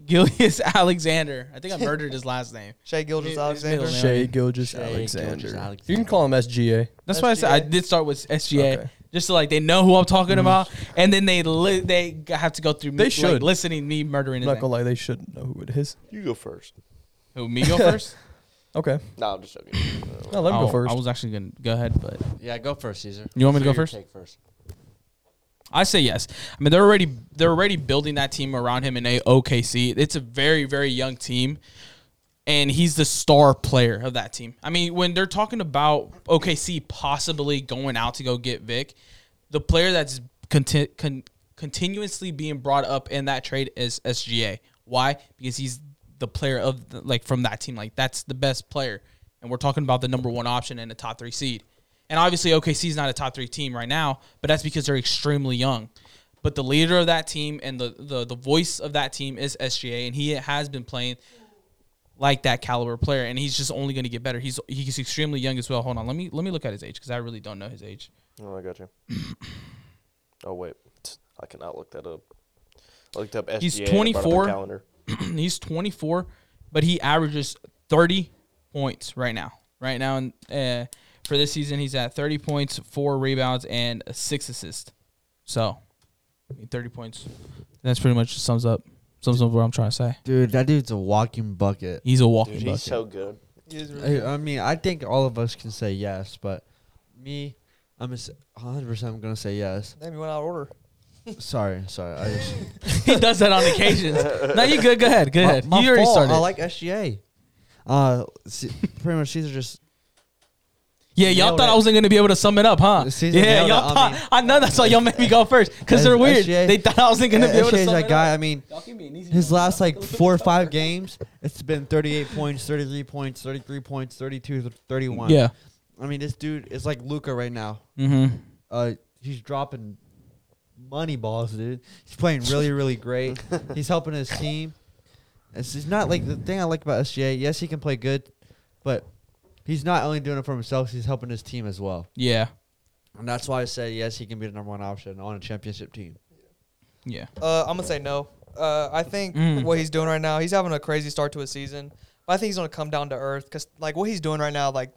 Gilius Alexander. I think I murdered his last name. His- Shay Gilgis his Alexander. middle name. Shay Gilgis Gilgeous Alexander. Alexander. You can call him SGA. That's why I said I SGA. did start with SGA, Okay. Mm-hmm. just so like they know who I'm talking about, and then they li- they g- have to go through. They me, like, should. listening me murdering I'm his not name. gonna lie, they shouldn't know who it is. You go first. Who me go first? Okay, No, I'm just joking. no, let him Oh, go first. I was actually gonna go ahead, but Yeah, go first, Caesar. You want me to Share go your first? take first. I say yes. I mean, they're already they're already building that team around him in a OKC. It's a very very young team, and he's the star player of that team. I mean, when they're talking about OKC possibly going out to go get Vic, the player that's conti- con- continuously being brought up in that trade is SGA. Why? Because he's the player of the, like from that team. Like that's the best player, and we're talking about the number one option and the top three seed. And obviously, OKC is not a top three team right now, but that's because they're extremely young. But the leader of that team and the the, the voice of that team is SGA, and he has been playing like that caliber player, and he's just only going to get better. He's he's extremely young as well. Hold on, let me let me look at his age because I really don't know his age. Oh, I got you. oh wait, I cannot look that up. I looked up SGA. He's and it brought up the 24. Calendar. he's 24, but he averages 30 points right now. Right now, and uh, for this season, he's at 30 points, four rebounds, and six assists. So, I mean, 30 points. That's pretty much sums up sums up what I'm trying to say. Dude, that dude's a walking bucket. He's a walking Dude, he's bucket. so good. He is really I, good. I mean, I think all of us can say yes, but me, I'm a s- 100% I'm going to say yes. Damn, you went out of order. sorry, sorry. I just, he does that on occasions. no, you good. Go ahead. Go ahead. My- my you already fault. started. I like SGA. Uh, see, pretty much Caesar just yeah, y'all nailed thought it. I wasn't gonna be able to sum it up, huh? Caesar Yeah, nailed it. y'all I thought. mean- I know that's why y'all made me go first because As- they're weird. SGA They thought I wasn't gonna be able to SGA's sum that it guy. up. I mean, Y'all give me an easy his one. last like four or five games, it's been 38 points, 33 points, 33 points, 32, 31. Yeah. I mean, this dude is like Luca right now. Mm-hmm. Uh, he's dropping money balls, dude. He's playing really, really great. he's helping his team. It's, it's not like the thing I like about SGA. Yes, he can play good, but he's not only doing it for himself, he's helping his team as well. Yeah. And that's why I say yes, he can be the number one option on a championship team. Yeah. Uh, I'm gonna say no. Uh, I think Mm. what he's doing right now, he's having a crazy start to his season. But I think he's gonna come down to earth because like what he's doing right now, like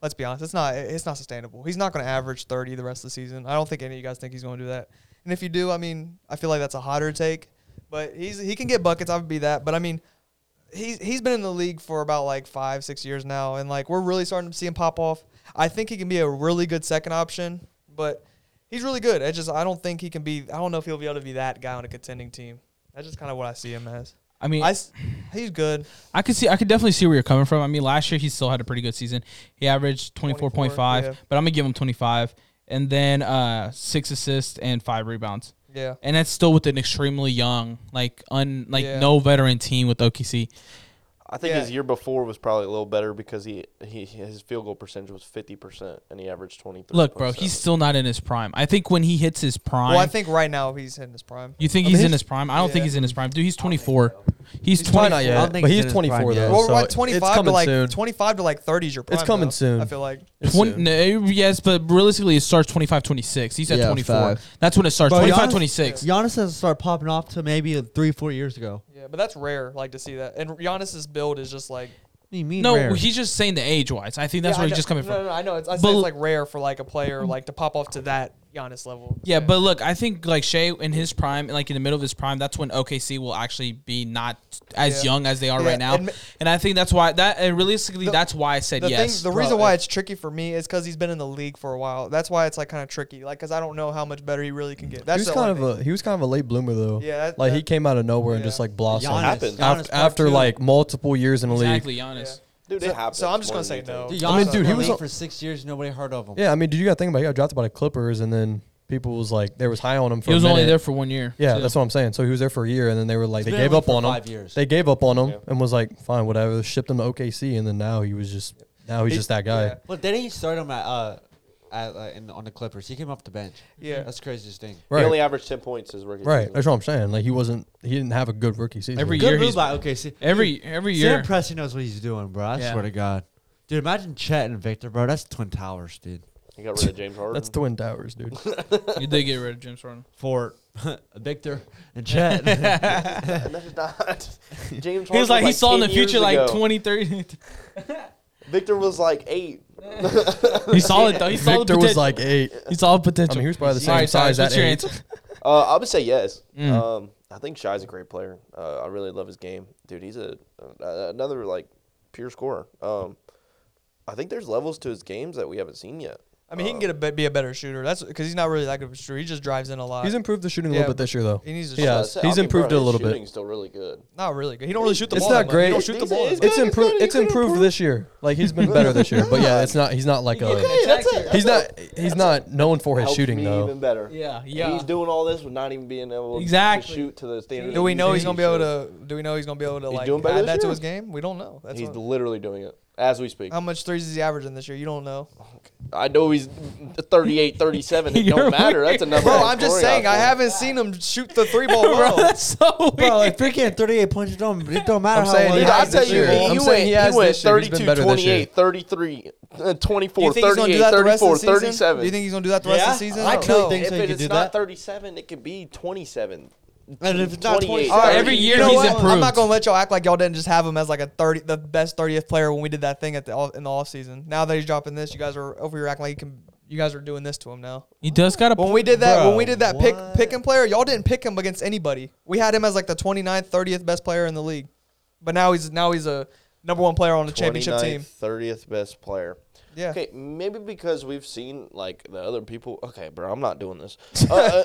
let's be honest, it's not it's not sustainable. He's not gonna average 30 the rest of the season. I don't think any of you guys think he's gonna do that. And if you do, I mean, I feel like that's a hotter take. But he's he can get buckets. I would be that. But I mean, he's he's been in the league for about like five six years now, and like we're really starting to see him pop off. I think he can be a really good second option, but he's really good. I just I don't think he can be. I don't know if he'll be able to be that guy on a contending team. That's just kind of what I see him as. I mean, I I, s- he's good. could see, I could definitely see where you're coming from. I mean, last year he still had a pretty good season. He averaged 24.5, 24, yeah. but I'm going to give him 25. And then uh, six assists and five rebounds. Yeah, And that's still with an extremely young, like un, like Yeah. no veteran team with OKC. I think Yeah. his year before was probably a little better because he, he his field goal percentage was fifty percent and he averaged twenty three. Look, bro, he's still not in his prime. I think when he hits his prime, well, I think right now he's in his prime. you think I mean, he's in his- his prime. I don't think yeah. he's in his prime, dude. He's 24. He's, He's 20. Probably not I yet, don't think but he's he's in his 24 prime yet. though. Well, so we're at it's 25 to coming like soon. 25 to like 30 is your prime. coming though, soon. I feel like. It's 20, soon. no, eh, yes, but realistically, it starts 25, 26. He's at Yeah, 24. five. That's when it starts. Bro, 25, Giannis- 26. Giannis has started popping off to maybe three, four years ago. Yeah, but that's rare, like to see that. And Giannis's build is just like What do you mean? No, rare? he's just saying the age wise. I think that's Yeah, I where he's know- just coming no, from. No, no, I know. It's, I But- say it's like rare for like a player like to pop off to that Giannis level. Yeah, but look, I think like Shea in his prime, like in the middle of his prime, that's when OKC will actually be not as Yeah. young as they are Yeah, right now. and And, ma- I think that's why that and realistically, The- that's why I said the yes. thing, the bro. reason why it's tricky for me is because he's been in the league for a while. That's why it's like kind of tricky, like because I don't know how much better he really can get. he That's was the kind only of a he was kind of a late bloomer though. Yeah, that- like that- he came out of nowhere and just Yeah. like blossomed. Giannis, Happened. Giannis Af- part after two. like multiple years in the league. exactly Giannis. dude. so- it happens. so I'm just more than gonna say you think. no. Dude, I mean, Giannis dude, was in he the was league a- for six years. Nobody heard of him. Yeah, I mean, dude, you got to think about it. He got drafted by the Clippers, and then people was like, they was high on him for. He was a only minute. there for one year. Yeah, that's what I'm saying. So he was there for a year, and then they were like, He's they been in gave the up league on for him. five years. They gave up on him Yeah. and was like, fine, whatever. Shipped him to OKC, and then now he was just now he's He- just that guy. yeah. But then he started him at, uh, at, uh, in, on the Clippers. He came off the bench. Yeah. that's the craziest thing. He Right, only averaged ten points his rookie. right. season. That's what I'm saying. Like he wasn't, he didn't have a good rookie season. Every year Good he's- move by OKC. Every every Dude, year. Sam Presti knows what he's doing, bro. I Yeah. swear to God, dude. Imagine Chet and Victor, bro. That's twin towers, dude. He got rid of James Harden. That's Twin Towers, dude. you did get rid of James Harden. For Victor and Chet. And that's not James. He was like, he saw in the 10 years future like ago. 20, 30. Victor was like eight. he saw it though. He saw Victor the potential. was like eight. he saw the potential. I mean, he was probably the same All right, size Cyrus, at what's your eight. answer? Uh, I would say yes. Mm. Um, I think Shy's a great player. Uh, I really love his game, dude. He's a uh, another like pure scorer. Um, I think there's levels to his games that we haven't seen yet. I mean, he can get a bit, be a better shooter. That's because he's not really that good of a shooter. He just drives in a lot. He's improved the shooting a Yeah, little bit this year, though. he needs to. Yeah, Yeah. I Yes, would say- he's I mean, bro, improved it a his little bit. Shooting's still really good. Not really good. He don't really shoot the It's ball. not that much. He great. don't shoot the He's- ball. he's that much. It's good, improved. good, It's he's improved this year. Like he's been better this year, but yeah, it's not. He's not like a. He's not. He's not known for his Helps shooting me though. Even better. Yeah, yeah. He's doing all this with not even being able Exactly. to shoot to the standard. Do we know he's He's gonna be able to? Do we know he's gonna be able to He's like doing better add this that to year. his game? We don't know. That's He's what- literally doing it as we speak. how much threes is he averaging this year? You don't know. I know he's 38, 37. It You're don't matter. That's another. Bro, I'm just saying. I haven't seen him shoot the three ball Bro, well. that's so Bro, weird. like freaking 38 points, it don't, it don't matter I'm how saying well he you I'll has hit tell it. this you, year. he, I'm he went, saying he he, has went this year. He's been 32, better this year. 28, 33, uh, 24, you think he's gonna do 38, that the rest of 34, the season? 37. Do you think he's gonna do that the rest of the Yeah? season? I don't truly know. think if so, he it could is do not that. 37, it could be 27. And if it's not 28, 28, All right, Every you year know he's what? I'm improved. not gonna let y'all act like y'all didn't just have him as like a thirty, the best thirtieth player when we did that thing at the all, in the off season. Now that he's dropping this, you guys are over here acting like you can. You guys are doing this to him now. He does got a When we did that, when Bro, we did that pick what? picking player, y'all didn't pick him against anybody. We had him as like the 29th, 30th best player in the league, but now he's now he's a number one player on the championship team. 30th best player. Yeah. Okay, maybe because we've seen like the other people. Okay, bro, I'm not doing this. Uh, uh,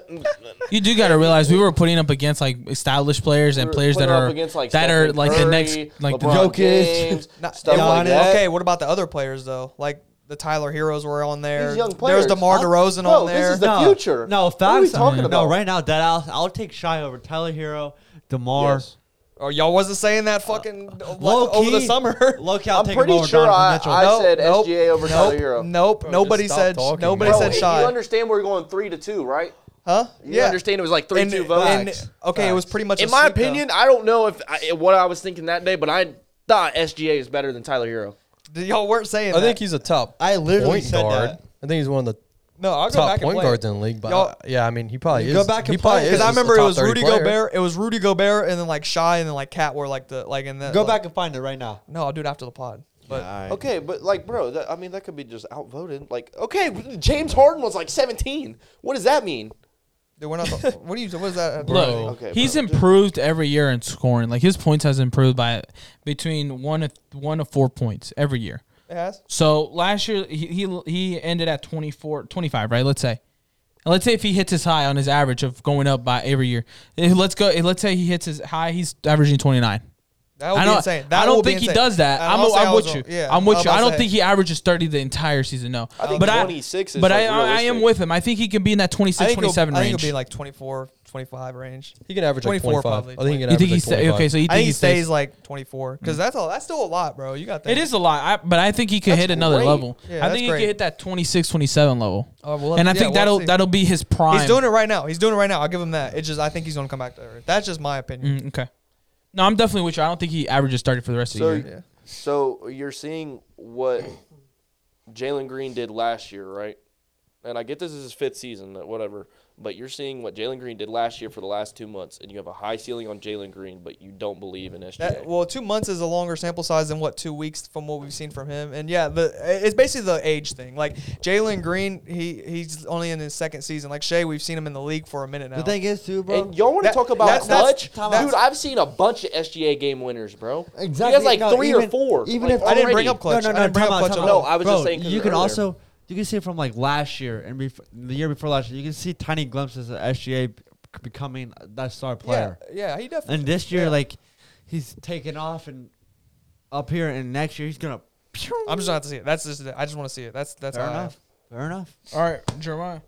You do got to realize we were putting up against like established players and We're players that putting up are against, like, that are Stephen like the Curry, next like the, LeBron Jokic. James, Not- stuff like Giannis- that. Okay, what about the other players though? Like the Tyler Heroes were on there. These young There's players. DeMar I'll- DeRozan Bro, on this there. is the no, future. No, What are we facts. on talking him. about? No, right now, that I'll, I'll take Shy over Tyler Hero, DeMar. Yes. Oh, y'all wasn't saying that fucking Uh, like, low over the key- summer. Low key, I'll I'm take pretty him over sure Donovan I, Mitchell. I Nope, said nope, SGA over Tyler Hero. Nope, nobody just stop said talking, nobody man. Bro, said you shy. understand we're going three to two, right? huh? You understand it was like three And- two votes. and- Facts. okay, it was pretty much. In a my sweep, though. opinion, I don't know if I, what I was thinking that day, but I thought SGA is better than Tyler Hero. Y'all weren't saying. I think that. he's a top I literally point said guard. that. I think he's one of the no. I'll go top back and point play. guards in the league. But Y'all- I- yeah, I mean, he probably You is. go back he and probably play it, is Because I a remember it top was 30 Rudy player. Gobert. It was Rudy Gobert, and then like Shy, and then like Cat were like the like in the Go like- back and find it right now. No, I'll do it after the pod. But Okay, but like, bro, that, I mean, that could be just outvoted. Like, okay, James Harden was like 17. What does that mean? dude, we're not. The, what do you? What is that? Bro. Look, Okay, he's bro. improved every year in scoring. Like his points has improved by between one to one to four points every year. It has. So last year he he, he ended at 24, 25, right? Let's say, and let's say if he hits his high on his average of going up by every year, Eh, let's go. eh, Let's say he hits his high, he's averaging twenty nine. That would I be don't. insane. That I don't would be think he insane. does that. And I'm, I'll say I I'm was with you. wrong. Yeah, I'm with you. about I to don't say- think he averages 30 the entire season. No, I think but I- 26 is, But like, I, I, I am realistic. with him. I think he can be in that 26, I think 27 he'll, I think range. he'll be like 24, 25 range. He can average like 24 25. probably. I think he can you average think like he's sta- okay? 25. So you think I think he stays? like 24 because that's all. That's still a lot, bro. You got that. It is a lot, I, but I think he could That's hit another great. level. Yeah, I that's think he great. could hit that 26, 27 level. Oh, well, and I yeah, think we'll that'll see. that'll be his prime. He's doing it right now. He's doing it right now. I'll give him that. It's just I think he's gonna come back to earth. That's just my opinion. Mm, okay. No, I'm definitely with you. I don't think he averages 30 for the rest of the So, year. Yeah. so you're seeing what Jalen Green did last year, right? And I get this is his fifth season, whatever. But you're seeing what Jalen Green did last year for the last two months, and you have a high ceiling on Jalen Green, but you don't believe in SGA. That, well, two months is a longer sample size than what two weeks from what we've seen from him, and yeah, the it's basically the age thing. Like Jalen Green, he he's only in his second season. Like Shea, we've seen him in the league for a minute now. The thing is, too, bro. and y'all want to that- talk about that's- that's- clutch, time out. dude? I've seen a bunch of SGA game winners, bro. He Exactly. has like No, three even- or four. even like, if- I didn't bring already. up clutch. No, no, I no. didn't bring Time up out, clutch time at out. all. No, I was Bro, just saying 'cause You can earlier. also you can see it from like last year and bef- the year before last year. You can see tiny glimpses of SGA b- becoming that star player. Yeah, yeah, he definitely. And this year, yeah. like he's taken off and up here, and next year he's gonna. I'm just gonna have to see it. That's just I just want to see it. That's that's fair all I enough. have. Fair enough. All right, Jeremiah.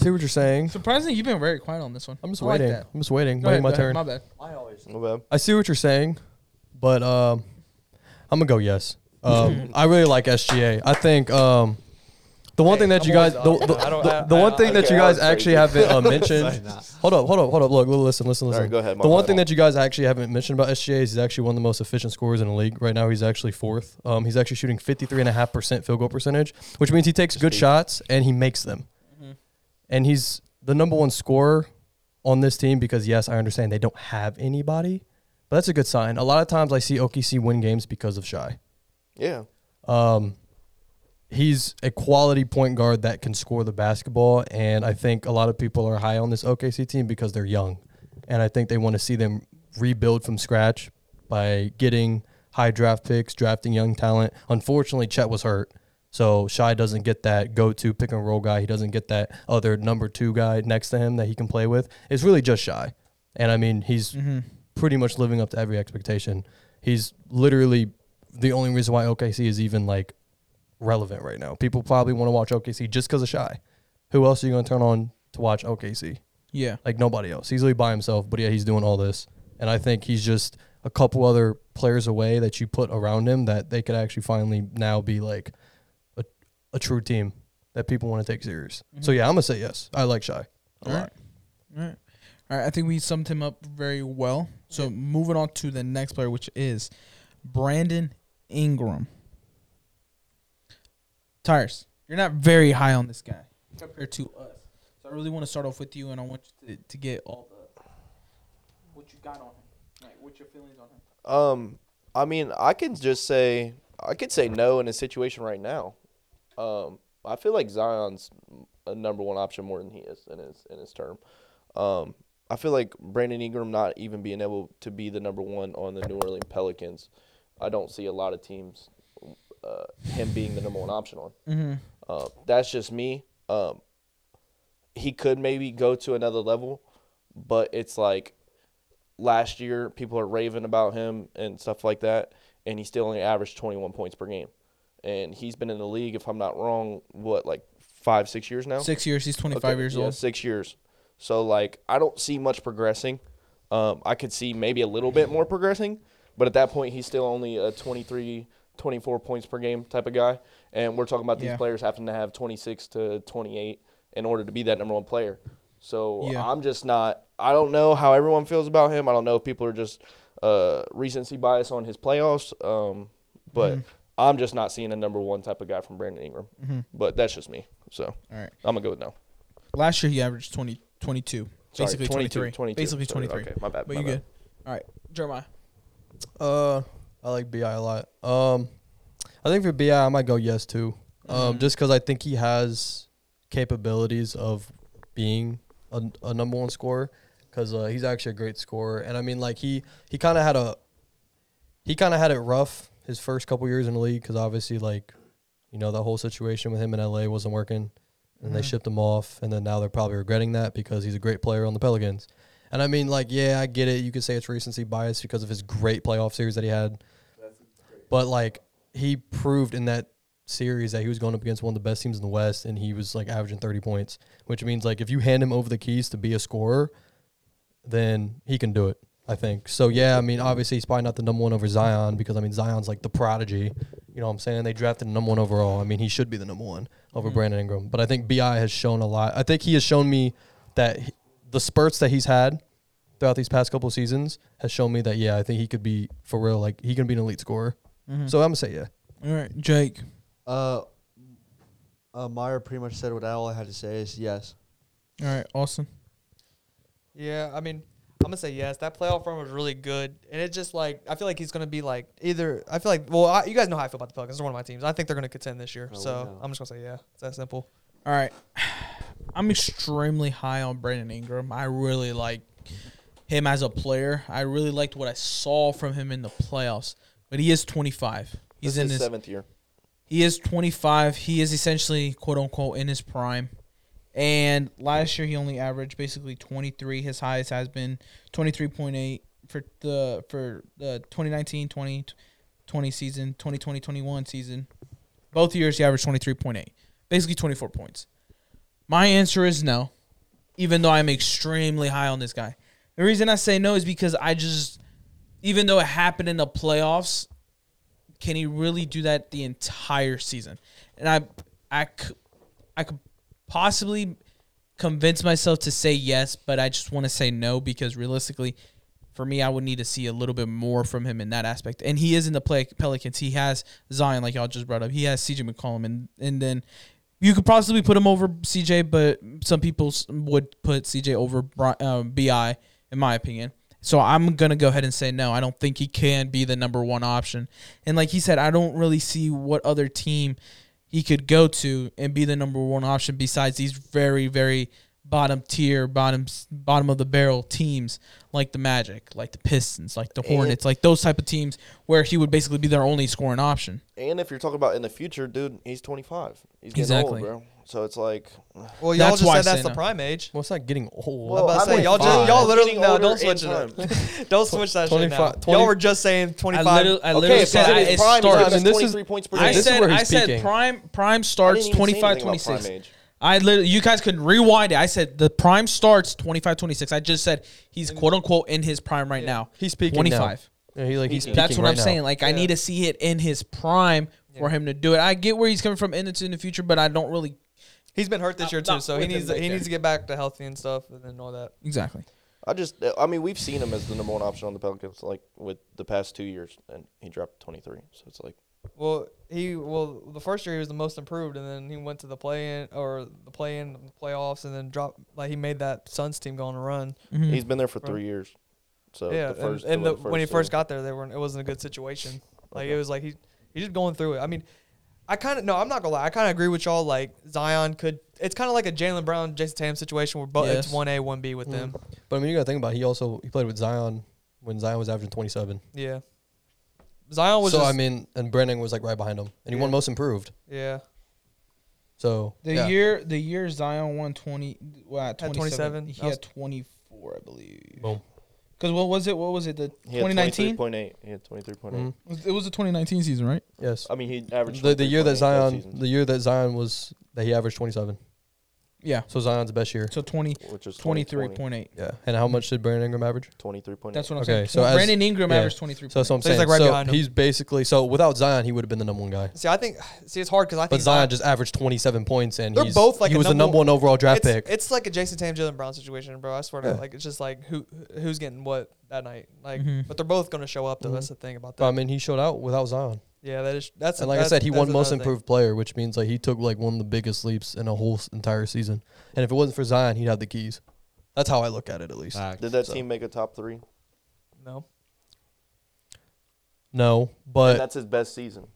See what you're saying. Surprisingly, you've been very quiet on this one. I'm just I like waiting. that. I'm just waiting. Go ahead, waiting my go turn. ahead. My bad. I always. Okay. I see what you're saying, but um, I'm gonna go yes. Um, I really like SGA. I think um, the one Hey, thing that I'm you guys, the, always the, on. I don't- the- I- the I- one thing that okay, you I guys was crazy. actually haven't uh, mentioned. Sorry, nah. Hold up, hold up, hold up. Look, listen, listen, listen. Sorry, go ahead, my The one bad. thing that you guys actually haven't mentioned about SGA is he's actually one of the most efficient scorers in the league right now. He's actually fourth. Um, he's actually shooting 53.5 percent field goal percentage, which means he takes good shots and he makes them. Mm-hmm. And he's the number one scorer on this team because yes, I understand they don't have anybody, but that's a good sign. A lot of times I see OKC win games because of Shy. Yeah. Um, he's a quality point guard that can score the basketball, and I think a lot of people are high on this OKC team because they're young, and I think they want to see them rebuild from scratch by getting high draft picks, drafting young talent. Unfortunately, Chet was hurt. So Shy doesn't get that go-to pick and roll guy. He doesn't get that other number two guy next to him that he can play with. It's really just Shy, and I mean he's pretty much living up to every expectation. He's literally the only reason why OKC is even like relevant right now. People probably want to watch OKC just because of Shy. Who else are you going to turn on to watch OKC? Yeah. Like nobody else. He's really by himself, but yeah, he's doing all this. And I think he's just a couple other players away that you put around him that they could actually finally now be like a, a true team that people want to take serious. So yeah, I'm going to say yes. I like Shy a Mm-hmm. All lot. right. All right. All right. I think we summed him up very well. So moving on to the next player, which is Brandon Ingram. Tires, you're not very high on this guy compared to us. So I really want to start off with you, and I want you to, to get all the What you got on him? Like, what's your feelings on him? Um, I mean, I can just say I could say no in a situation right now. Um, I feel like Zion's a number one option more than he is in his in his term. Um, I feel like Brandon Ingram not even being able to be the number one on the New Orleans Pelicans. I don't see a lot of teams uh, him being the number one option on. Uh, that's just me. Um, he could maybe go to another level, but it's like last year people are raving about him and stuff like that, and he still only averaged 21 points per game. And he's been in the league, if I'm not wrong, what like five, six years now. six years. He's 25 Okay, years yeah, old. Six years. So like, I don't see much progressing. Um, I could see maybe a little bit more progressing, but at that point, he's still only a 23, 24 points per game type of guy. And we're talking about these Yeah. players having to have 26 to 28 in order to be that number one player. So Yeah. I'm just not. I don't know how everyone feels about him. I don't know if people are just uh, recency bias on his playoffs. Um, But Mm-hmm. I'm just not seeing a number one type of guy from Brandon Ingram. But that's just me. So All right. I'm gonna go with no. Last year he averaged 20, 22. Sorry, basically 22, 23. 22. Basically Sorry, 23. okay, my bad, But my you bad. good. All right. Jeremiah. Uh, I like Bi a lot. Um, I think for Bi, I might go yes too. Um, just because I think he has capabilities of being a, a number one scorer. Because uh, he's actually a great scorer, and I mean, like he he kind of had a he kind of had it rough his first couple years in the league because obviously, like you know, that whole situation with him in LA wasn't working, and they shipped him off, and then now they're probably regretting that because he's a great player on the Pelicans. And I mean, like, yeah, I get it. You could say it's recency bias because of his great playoff series that he had. But, like, he proved in that series that he was going up against one of the best teams in the West, and he was, like, averaging 30 points, which means, like, if you hand him over the keys to be a scorer, then he can do it, I think. So, yeah, I mean, obviously, he's probably not the number one over Zion because, I mean, Zion's, like, the prodigy. You know what I'm saying? They drafted him number one overall. I mean, he should be the number one over Brandon Ingram. But I think B.I. has shown a lot. I think he has shown me that he- the spurts that he's had throughout these past couple seasons has shown me that yeah, I think he could be for real. Like he can be an elite scorer. So I'm gonna say yeah. All right. Jake. Uh, uh, Meyer pretty much said what all I had to say is yes. All right. Austin. Yeah, I mean, I'm gonna say yes. That playoff run was really good, and it's just like I feel like he's gonna be like either. I feel like well, I, you guys know how I feel about the Pelicans. They're one of my teams. I think they're gonna contend this year, so I'm just gonna say yeah. It's that simple. All right. I'm extremely high on Brandon Ingram. I really like him as a player. I really liked what I saw from him in the playoffs. But he is 25. He's This in is his his seventh year. He is 25. He is essentially quote unquote in his prime. And last year he only averaged basically 23. His highest has been 23.8 for the for the 2019 20 20 season, 2020 21 season. Both years he averaged 23.8, basically 24 points. My answer is no, even though I'm extremely high on this guy. The reason I say no is because I just even though it happened in the playoffs, can he really do that the entire season? And I, I, c- I could possibly convince myself to say yes, but I just want to say no because realistically, for me, I would need to see a little bit more from him in that aspect. And he is in the play Pelicans. He has Zion, like y'all just brought up. He has CJ McCollum, and and then you could possibly put him over CJ, but some people s- would put CJ over Bri- um, Bi, in my opinion. So I'm gonna go ahead and say no. I don't think he can be the number one option. And like he said, I don't really see what other team he could go to and be the number one option besides these very very bottom tier bottom bottom of the barrel teams like the magic like the pistons like the hornets like those type of teams where he would basically be their only scoring option And if you're talking about in the future, dude, he's 25. He's getting Exactly. old, bro. So it's like, Well, y'all y'all That's just just why said I said say that's that's the the no. prime age. What's not getting old? I'm about to say, y'all just- y'all literally- no, don't switch it up. it. Don't switch that shit now. 25 20 Y'all were just saying 25. i literally, I literally Okay, if said he's I, in it his prime, starts he's I mean, averaging this is- 23 points per game. i this is said where he's i said peaking. prime prime I starts didn't even say 25 anything about prime 26 age. I literally, you guys could rewind it. I said the prime starts 25 26. I just said he's quote unquote in his prime right now. He's peaking now. 25. Yeah, he, like, he's That's That's peaking what right I'm now. saying. Like, I Yeah. need to see it in his prime for him to do it. I get where he's coming from, and it's in the future, but I don't really He's been hurt this I'm year not too, so he with him needs to, right he there. needs to get back to healthy and stuff, and then all that. exactly. I just, I mean, we've seen him as the number one option on the Pelicans, like with the past two years, and he dropped 23. So it's like, Well, he well the first year he was the most improved, and then he went to the play in or the play in playoffs, and then dropped like he made that Suns team go on a run. he's been there for Right. three years. So the yeah, and- first, and, the, the, when he two. first got there, they weren't. It wasn't a good situation. Like Okay. it was like he he's just going through it. I mean, I kind of no, I'm not gonna lie. I kind of agree with y'all. Like Zion could. It's kind of like a Jalen Brown, Jason Tatum situation where both Yes. it's one A, one B Mm. with them. But I mean, you gotta think about. It. He also he played with Zion when Zion was averaging 27. Yeah. Zion So was. just, I mean, and Brandon was like right behind him, and he won Yeah. most improved. yeah, So The yeah. year, the year Zion won 20, well, at 27, 27, he I was- had 24, I believe. Boom. Because what was it? What was it? The He had 2019? 23.8. He had 23.8. Mhm. It was the 2019 season, right? Yes. I mean, he averaged The, the year 23.8 that both Zion, seasons, the year that Zion was that he averaged 27. Yeah. So Zion's best year. So 20, which is 23.8. 23.8. Yeah. And how much did Brandon Ingram average? 23.8. That's what I'm Okay, saying. so as- Brandon Ingram yeah. averaged 23. So that's what I'm So saying. he's, like, right so behind him. he's basically so without Zion, he would have been the number one guy. See, I think see it's hard because I But think Zion just averaged 27 points, and They're he's, both, like, he a was the number number one overall draft it's, pick. It's like a Jason Tatum, Jalen Brown situation, bro. I swear to Yeah. like it's just like who who's getting what that night. Like, Mhm. but they're both gonna show up though. Mhm. That's the thing about But I that. mean, he showed out without Zion. Yeah, that is. That's And like I that's- said, he that's won Most another thing. Improved Player, which means like he took like one of the biggest leaps in a whole s- entire season. And if it wasn't for Zion, he'd have the keys. That's how I look at it, at least. Facts. Did that So- team make a top three? No, No, but And that's his best season.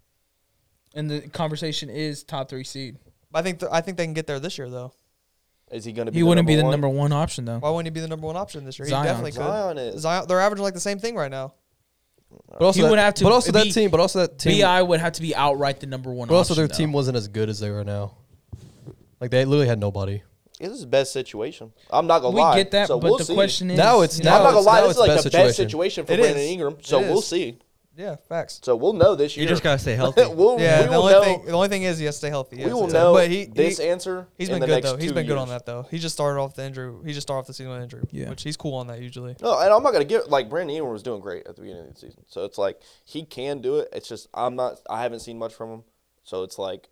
And the conversation is top three seed. I think th- I think they can get there this year though. Is he going to be? He the wouldn't number be the one? number one option though. Why wouldn't he be the number one option this year? Zion. He definitely could. Zion is. Zion, they're averaging like the same thing right now. But also, He that, would have to but also that be- team. But also that team. Bi would have to be outright the number one. but also option, their though. team wasn't as good as they are now. Like they literally had nobody. This is his best situation. I'm not gonna We lie. get that, so but we'll the see. question is Now it's- you I'm now not gonna it's- lie. now This is it's like best the best situation. situation for It Brandon is. Ingram. It So we'll is. see. Yeah, facts. So we'll know this year. You just gotta stay healthy. we'll, Yeah, we the will only know. thing the only thing is he has to stay healthy. we yes, will yes. know But he, this he answer. he's in been the good next though. He's two been good on years. that though. He just started off the injury. He just started off the season with injury, Yeah. which he's cool on that usually. No, and I'm not gonna give like Brandon Ingram was doing great at the beginning of the season. So it's like he can do it. It's just I'm not. I haven't seen much from him. So it's like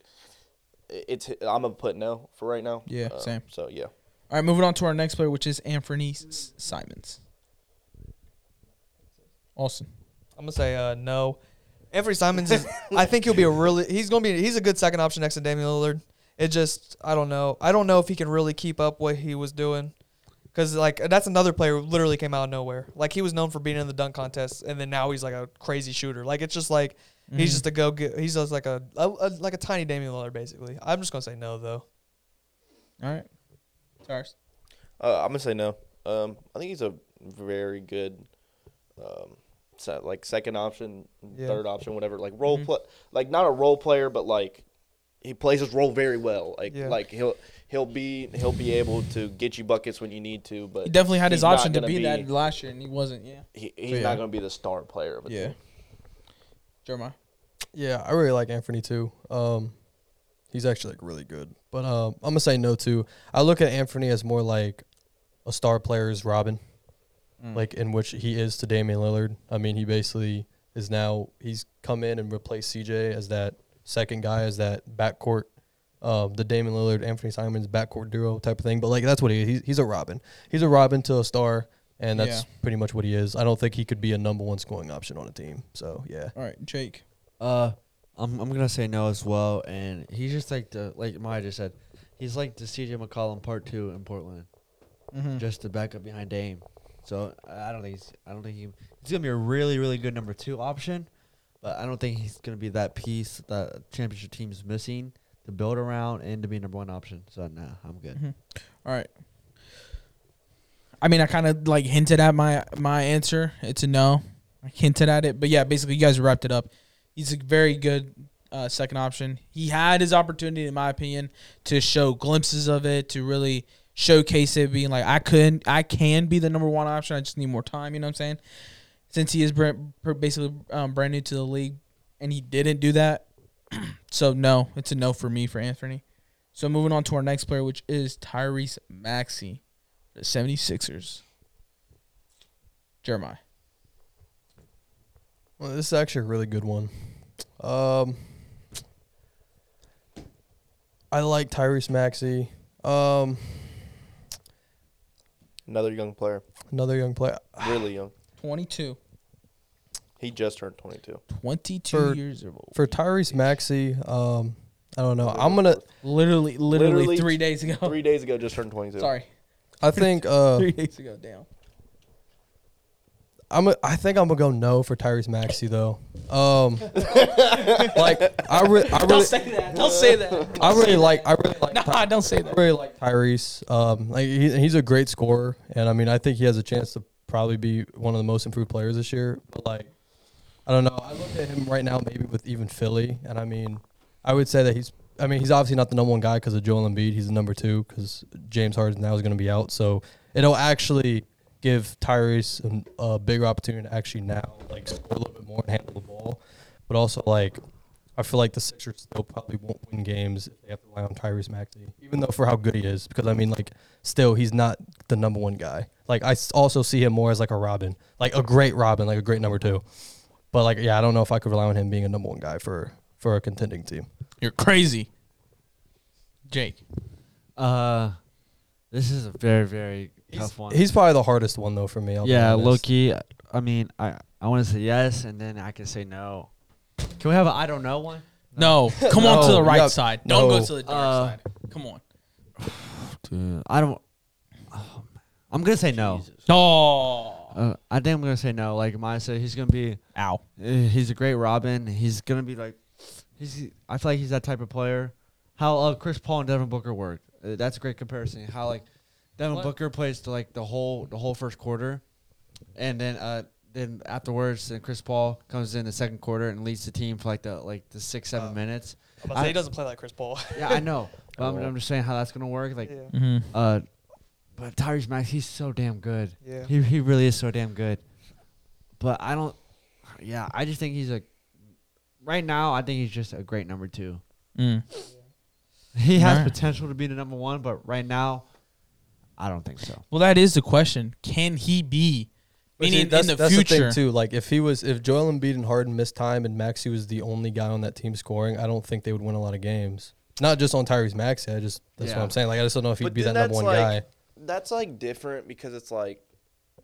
it- it's. I'm gonna put no for right now. Yeah, Uh, same. So yeah, All right, moving on to our next player, which is Anthony S- Simons. Austin. I'm gonna say uh, no. Anthony Simons is. I think he'll be a really. He's gonna be. He's a good second option next to Damian Lillard. It just. I don't know. I don't know if he can really keep up what he was doing. Cause like that's another player who literally came out of nowhere. Like he was known for being in the dunk contest, and then now he's like a crazy shooter. Like it's just like he's Mm. just a go get. He's just like a, a, a like a tiny Damian Lillard basically. I'm just gonna say no though. All right. Tyrus. uh, I'm gonna say no. Um, I think he's a very good, um, se- like second option, Yeah. third option, whatever. Like role play, like not a role player, but like he plays his role very well. Like Yeah. like he'll he'll be he'll be able to get you buckets when you need to. But He definitely had his he's not option to gonna be, that last year, and he wasn't. Yeah. He, he's yeah. not gonna be the star player. But Yeah. Jeremiah. Yeah, I really like Anthony too. Um, he's actually like really good, but um, I'm gonna say no too. I look at Anthony as more like a star player is Robin, like in which he is to Damian Lillard. I mean, he basically is now he's come in and replaced CJ as that second guy as that backcourt, um, the Damian Lillard Anthony Simons backcourt duo type of thing. But like that's what he is. He's, he's a Robin. He's a Robin to a star. And that's Yeah. pretty much what he is. I don't think he could be a number one scoring option on a team. So yeah, All right, Jake. Uh, I'm I'm gonna say no as well. And he's just like the like Maya just said, he's like the CJ McCollum part two in Portland, Mm-hmm. Hmm. just to back up behind Dame. So I I don't think he's I don't think he he's gonna be a really really good number two option, but I don't think he's gonna be that piece that championship team's missing to build around and to be number one option. So nah, I'm good. All right. I mean, I kind of like hinted at my my answer. It's a no. I hinted at it, but yeah, basically, you guys wrapped it up. He's a very good uh, second option. He had his opportunity, in my opinion, to show glimpses of it, to really showcase it, being like, I couldn't, I can be the number one option. I just need more time. You know what I'm saying? Since he is br- br- basically um, brand new to the league, and he didn't do that, so no, it's a no for me for Anthony. So moving on to our next player, which is Tyrese Maxey, the 76ers. Jeremiah. Well, this is actually a really good one. Um, I like Tyrese Maxey. Um, another young player, another young player. really young. 22. He just turned 22. 22 For- years old. For Tyrese Maxey, um, I don't know. I'm gonna. Literally, literally, Literally three days ago. Three days ago, just turned 22. Sorry. I think. Uh, Three days ago. Damn. I'm. A, I think I'm gonna go no for Tyrese Maxey though. Um, like I, re- I Don't really, say that. Don't say that. I really like. I really like. nah, don't say I that. really like Tyrese. Um, like he, he's a great scorer, and I mean, I think he has a chance to probably be one of the most improved players this year. But like, I don't know. I look at him right now, maybe with even Philly, and I mean, I would say that he's. I mean, he's obviously not the number one guy because of Joel Embiid. He's the number two because James Harden now is going to be out, so it'll actually give Tyrese an- a bigger opportunity to actually now like score a little bit more and handle the ball, but also like I feel like the Sixers still probably won't win games if they have to rely on Tyrese Maxey, even though for how good he is. Because I mean, like, still he's not the number one guy. Like, I s- also see him more as like a Robin, like a great Robin, like a great number two. But like, yeah, I don't know if I could rely on him being a number one guy for for a contending team. You're crazy. Jake. Uh, this is a very very tough one. He's probably the hardest one though for me. I'll be yeah, honest. low key. I mean, I I want to say yes, and then I can say no. Can we have a I don't know one? No, come on to No, the right no, side. Don't no. go to the dark Uh, side. Come on. Dude, Uh, I don't. oh, I'm gonna say no. Oh, Uh, I think I'm gonna say no. Like Maya said, he's gonna be. ow. uh, He's a great Robin. He's gonna be like. He's. I feel like he's that type of player. How uh, Chris Paul and Devin Booker work. Uh, that's a great comparison. How like Devin Booker plays to like the whole the whole first quarter, and then uh then afterwards, then Chris Paul comes in the second quarter and leads the team for like the like the six seven Oh. minutes. I'm about to say, I- he doesn't play like Chris Paul. Yeah, I know. But I'm, I'm just saying how that's gonna work. Like, yeah. Mm-hmm. uh, but Tyrese Max, he's so damn good. Yeah. He he really is so damn good. But I don't yeah, I just think he's a right now I think he's just a great number 2. Mm. He has Alright. potential to be the number 1, but right now I don't think so. Well, that is the question. Can he be? But see, Meaning that's, in the that's future. thing too. Like if he was, if Joel Embiid and Harden missed time, and Maxi was the only guy on that team scoring, I don't think they would win a lot of games. Not just on Tyrese Maxey. I just that's Yeah. what I'm saying. Like I just don't know if he'd But be then that number that's one like- guy. That's like different because it's like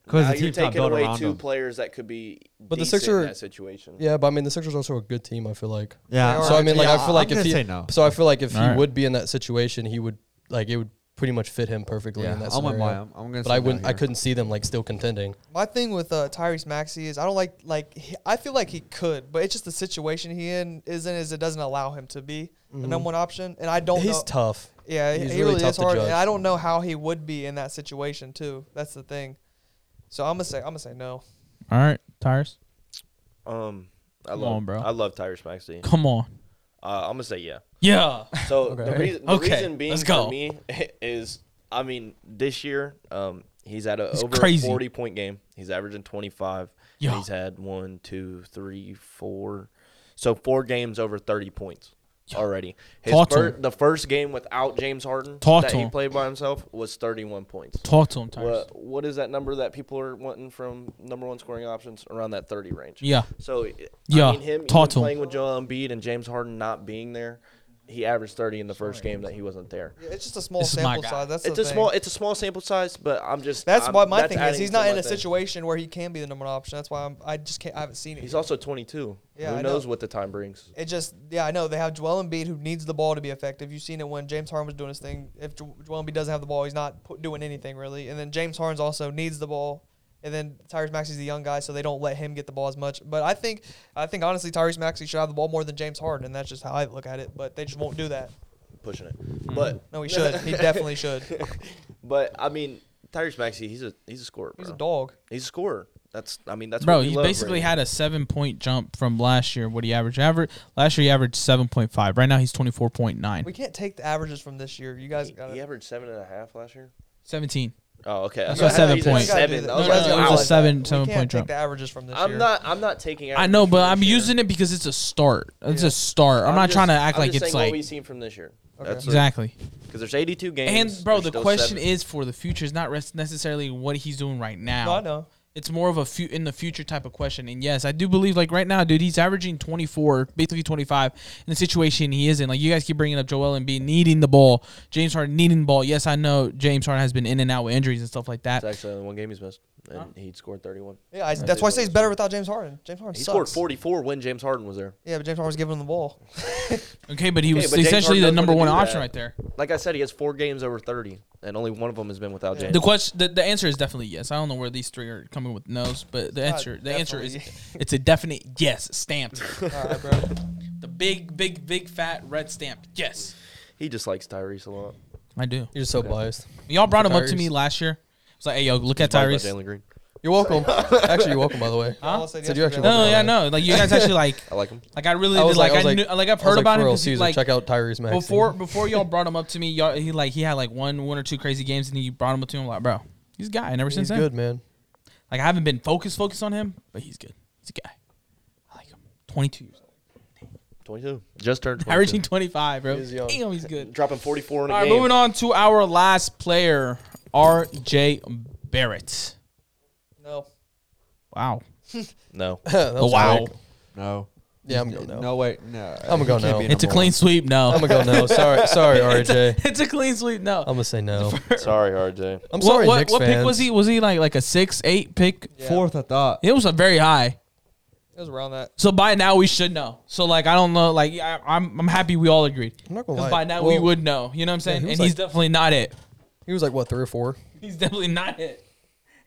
'Cause now the you're team's not taking built away around two him. players that could be But the decent Sixers are- in that situation. Yeah, but I mean the Sixers are also a good team. I feel like. Yeah. So I mean, like Yeah, I feel like I'm gonna if he, say no. so I feel like if he Alright. would be in that situation, he would like it would pretty much fit him perfectly yeah, in that I'm with scenario. Maya. I'm going to But I wouldn't. I couldn't see them like still contending. My thing with uh, Tyrese Maxey is I don't like like he, I feel like he could, but it's just the situation he in is in is it doesn't allow him to be the number one option, and I don't. He's know, tough. yeah, he's he really really, tough is to hard, judge. and I don't know how he would be in that situation too. That's the thing. So I'm gonna say I'm gonna say no. All right, Tyrus. Um, I Come love, on, bro. I love Tyrese Maxey. Come on. Uh, I'm gonna say yeah. Yeah. So the, Okay. reason, the Okay, reason being let's go. for me is, I mean, this year, um, he's at a It's over crazy. forty point game. He's averaging twenty five. Yeah. He's had one, two, three, four, so four games over thirty points already. His Talk to fir- him. the first game without James Harden Talk that to he him. played by himself was thirty one points. Talk to him, Tyrus. What, what is that number that people are wanting from number one scoring options around that thirty range? Yeah. So I Yeah, mean, him talk even to him. playing with Joel Embiid and James Harden not being there, he averaged thirty in the first game that he wasn't there. Yeah, It's just a small This is my sample guy. size. That's It's the a thing. small it's a small sample size, but I'm just That's I'm- why my that's thing is adding he's to not my in a thing. situation where he can be the number one option. That's why I'm, I just can't. I haven't seen it. He's yet. also 22. Yeah, Who I know. knows what the time brings? It just, yeah, I know they have Joel Embiid who needs the ball to be effective. You've seen it when James Harden was doing his thing. If Jo- Joel Embiid doesn't have the ball, he's not pu- doing anything really. And then James Harden's also needs the ball. And then Tyrese Maxey's the young guy, so they don't let him get the ball as much. But I think, I think honestly, Tyrese Maxey should have the ball more than James Harden, and that's just how I look at it. But they just won't do that. Pushing it, but Mm-hmm. No, he should. he definitely should. but I mean, Tyrese Maxey, he's a he's a scorer. Bro. He's a dog. He's a scorer. That's I mean that's Bro, What we he love basically right now. had a seven point jump from last year. What he averaged? Average last year he averaged seven point five. Right now he's twenty four point We nine. can't take the averages from this year. You guys He- got he, to averaged seven and a half last year. Seventeen. Oh, okay. That's I what thought seven he said points. Seven. No, I was no, like, no, it was wow. a seven- seven we point can't jump. take the averages from this I'm year. not. I'm not taking. I know, but averages I'm here. using it because it's a start. It's Yeah. a start. I'm, not just- trying to act I'm like just it's saying like what we've seen from this year. Okay. That's exactly. because there's 82 games. And bro, there's the still question seven. is for the future is not res- necessarily what he's doing right now. No, I know. It's more of a few in the future type of question. And yes, I do believe like right now, dude, he's averaging 24, basically 25 in the situation he is in. Like you guys keep bringing up Joel Embiid needing the ball, James Harden needing the ball. Yes, I know James Harden has been in and out with injuries and stuff like that. It's actually only one game he's missed, and he scored 31. Yeah, I, that's why I say he's better without James Harden. James Harden He sucks. scored 44 when James Harden was there. Yeah, but James Harden was giving him the ball. Okay, but he Okay, was but James essentially Harden the knows number one when to do option that. right there. Like I said, he has four games over 30, and only one of them has been without James. The question, the, the answer is definitely yes. I don't know where these three are coming with no's, but Uh, the not answer, the answer is, definitely. it's a definite yes stamped. All right, bro. the big, big, big fat red stamp. Yes, he just likes Tyrese a lot. I do. You're just so biased. Y'all brought him up to Tyrese. me last year. It's like, hey, yo, look at He's biased Tyrese. by Jalen Green. You're welcome. Actually, you're welcome. By the way, All I said Said you yesterday actually was- No, yeah, no. Like you guys actually like, I like him. like I really I did, was like, like- I was I like- knew, like I've I was heard like, about for him. real, 'cause he, Caesar, like check out Tyrese Maxey. before, before y'all brought him up to me, y'all he like he had like one, one or two crazy games, and then you brought him up to him. I'm like, bro, he's a guy. And ever he's since then, good, man. like I haven't been focused, focused on him, but he's good. He's a guy. I like him. 22 years old, 22. Just turned 22. averaging 25, bro. He's young. Damn, he's good. Dropping 44 in a All right, game. moving on to our last player, R.J. Barrett. No. Wow. No. That was wow. quick. No. Yeah, I'm going no. No wait, no. I'm gonna go He can't no. be It's a number clean one. sweep. No. I'm gonna go no. Sorry, sorry, RJ. it's a clean sweep. No. I'm gonna say no. Sorry, RJ. I'm What- sorry, what Knicks what pick fans. was he? Was he like like a six, eight pick? Yeah. Fourth I thought. It was a very high. It was around that. So by now we should know. So like I don't know. Like I, I'm I'm happy we all agreed. I'm not gonna 'Cause lie. by now we Well, would know. You know what I'm saying? he was and like- he's definitely not it. He was like what three or four. He's definitely not it.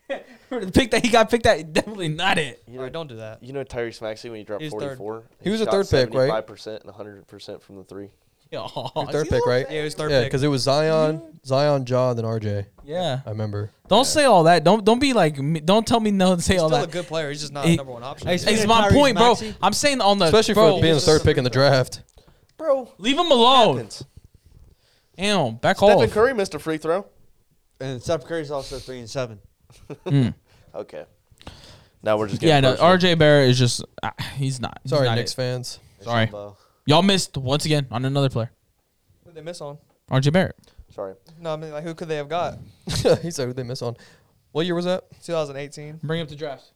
For the pick that he got picked at, definitely not it. You All know, right, don't do that. you know Tyrese Maxey when he dropped He's third. 44? He was a third pick, right? Five percent and 100% from the three. Oh, Third see, pick, right? Yeah, it was third Yeah, pick. because it was Zion, Zion, John, then RJ. Yeah. I remember. Don't say all that. Don't don't be like. me- Don't tell me no. and Say He's all still that. a good player. He's just not He- a number one option. It's my Tyrese point, bro. Maxey? I'm saying on the Especially bro, for being the third pick in the draft. Bro, Leave him alone. happens. Damn, back Stephen off. Curry missed a free throw. And Steph Curry's also three and seven. Mm. Okay. Now we're just getting Yeah, no. personal. RJ Barrett is just uh, he's not. he's Sorry, not Knicks it. fans. Sorry. uh, Y'all missed once again on another player, Who'd they miss on? RJ Barrett. Sorry. No, I mean, like, who could they have got? he said who they miss on. What year was that? 2018. Bring up the draft.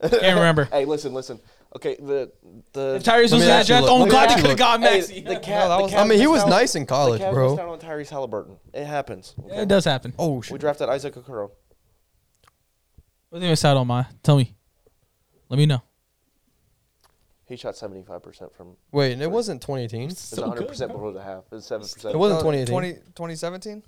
Can't remember. Hey, listen, listen. Okay, the the If Tyrese Let was me that ask you draft, look. oh Let me God, ask they you could have got look. Maxi. Hey, the cat, No, that the was- Cavs I mean, he missed was out- nice in college, the Cavs bro. missed out on Tyrese Halliburton. It happens. Yeah, it does happen. Oh We shit! drafted Isaac Okoro. What did you miss out on, my? Tell me. Let me know. He shot seventy five percent from. Wait, and it wasn't 2018. It was one hundred percent below the half. It was seven percent. It wasn't No, 2018. 20 2017?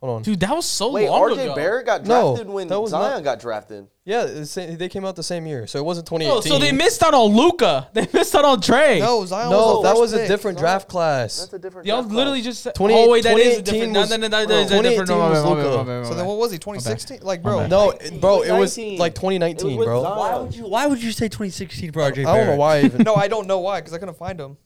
Hold on. Dude, that was so Wait, long RJ ago. Barrett got No, drafted when that was Zion not- got drafted. Yeah, it's the same- they came out the same year, so it wasn't Oh, 2018. so they missed out on Luca. They missed out on Trey. No, Zion was No, the that first was a pick. different Zion- draft class. That's a different. Y'all draft class. literally just said. 20 oh wait, that is a 2018 different. No, was- no, no, that bro, is a different. 2018 no, no, no, was no, Luka. no, no, no, no. So then what was he, 2016? Like, bro. No, it- bro, it was 2019. like It was 2019, with bro. Zion. Why would you? Why would you say 2016 for RJ? I don't know why. I Even, No, I don't know why, because I couldn't find him.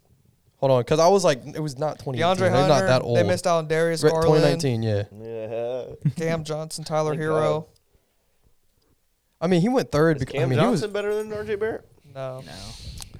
Hold on, because I was like, it was not 2018. DeAndre They're Hunter. not that old. They missed out on Darius Right, Garland, 2019, yeah. Yeah. Cam Johnson, Tyler Thank Hero. I mean, he went third. Is Because, Cam I mean, Johnson better than RJ Barrett? No. he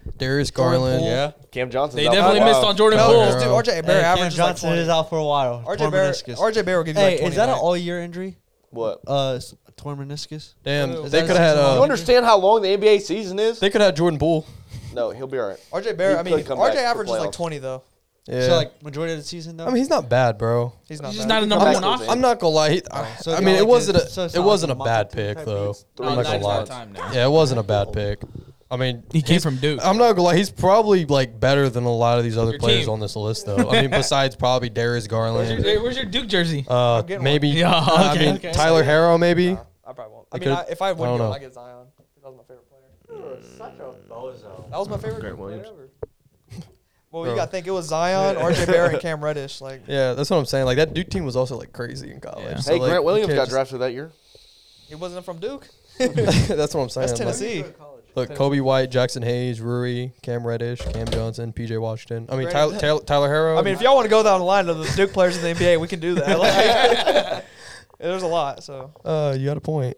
was Darius Garland. Poole. Yeah. Cam Johnson. They definitely missed on Jordan No, Poole. because, dude, RJ Barrett Hey, Cam averaged like Johnson 20. is out for a while. RJ Torn Barrett, meniscus. RJ Barrett will give you Hey, like 20. is that an like- all-year injury? What? Uh, s- torn meniscus. Damn, Is they that could have had. season You Uh, long? understand how long the NBA season is? they could have had Jordan Poole. No, he'll be all right. RJ He Barrett, I mean, could come RJ back for averages like playoffs. 20, though. Yeah. So like majority of the season though. I mean, he's not bad, bro. He's not He's just bad. not a number back one to the option. team. I'm not gonna lie. He, Oh, so I, I it's not mean, it like wasn't a- so a it's it not wasn't a like a bad Monty pick type though. piece. No, I'm not that's gonna not lie. time now. Yeah, it wasn't a bad pick. I mean, He came he's- from Duke. I'm not gonna lie. He's probably like better than a lot of these other Your players team. on this list though. I mean, besides probably Darius Where's your, Garland, hey, where's your Duke jersey? uh, getting one. maybe Yeah, I okay, mean okay. Tyler Harrow maybe. Nah, I probably won't. I They mean, I, could've- if I would I don't get him, know. I get Zion. That was my favorite player. That was my favorite Grant player Williams. ever. Well, Bro. you got to think it was Zion, RJ Barrett, and Cam Reddish. Like, Yeah, that's what I'm saying. Like that Duke team was also like crazy in college. Yeah. So, Hey, like, Grant you Williams can't got drafted that year. he wasn't from Duke. just- that's what I'm saying. That's Like, Tennessee. Look, Kobe White, Jackson Hayes, Rui, Cam Reddish, Cam Johnson, PJ Washington. I mean, Tyler, Tyler, Tyler Harrow. I mean, if y'all want to go down the line of the Duke players in the NBA, we can do that. Like, there's a lot. So uh, you got a point.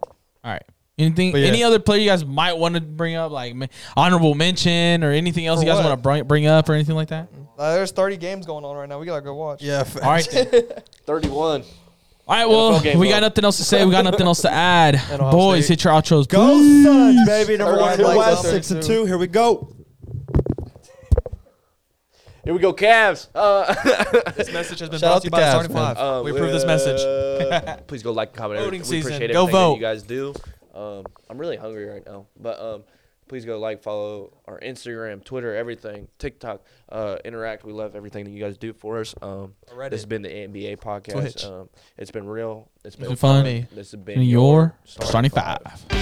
All right. Anything? But yeah. Any other player you guys might want to bring up, like ma- honorable mention or anything else For you guys what? want to bring bring up or anything like that? uh, there's 30 games going on right now. We gotta go watch. Yeah. All right. then. Thirty-one. All right. Well, NFL game we got up. nothing else to say. We got nothing else to add. Ohio Boys, State. hit your outros. Go Suns, baby. Number one in the 32. West, six and two. Here we go. Here we go, Cavs. Uh, This message has been Shout out brought to to you by the Cavs, starting man. five. we approve this uh, message. please go like, comment. Voting we season. appreciate Go everything that vote. you guys do. Um, I'm really hungry right now, but um, please go like, follow our Instagram, Twitter, everything, TikTok, uh, interact. We love everything that you guys do for us. Um, this has been the NBA podcast. Twitch. Um, it's been real. It's It's been been fun. This has been In your starting five. five.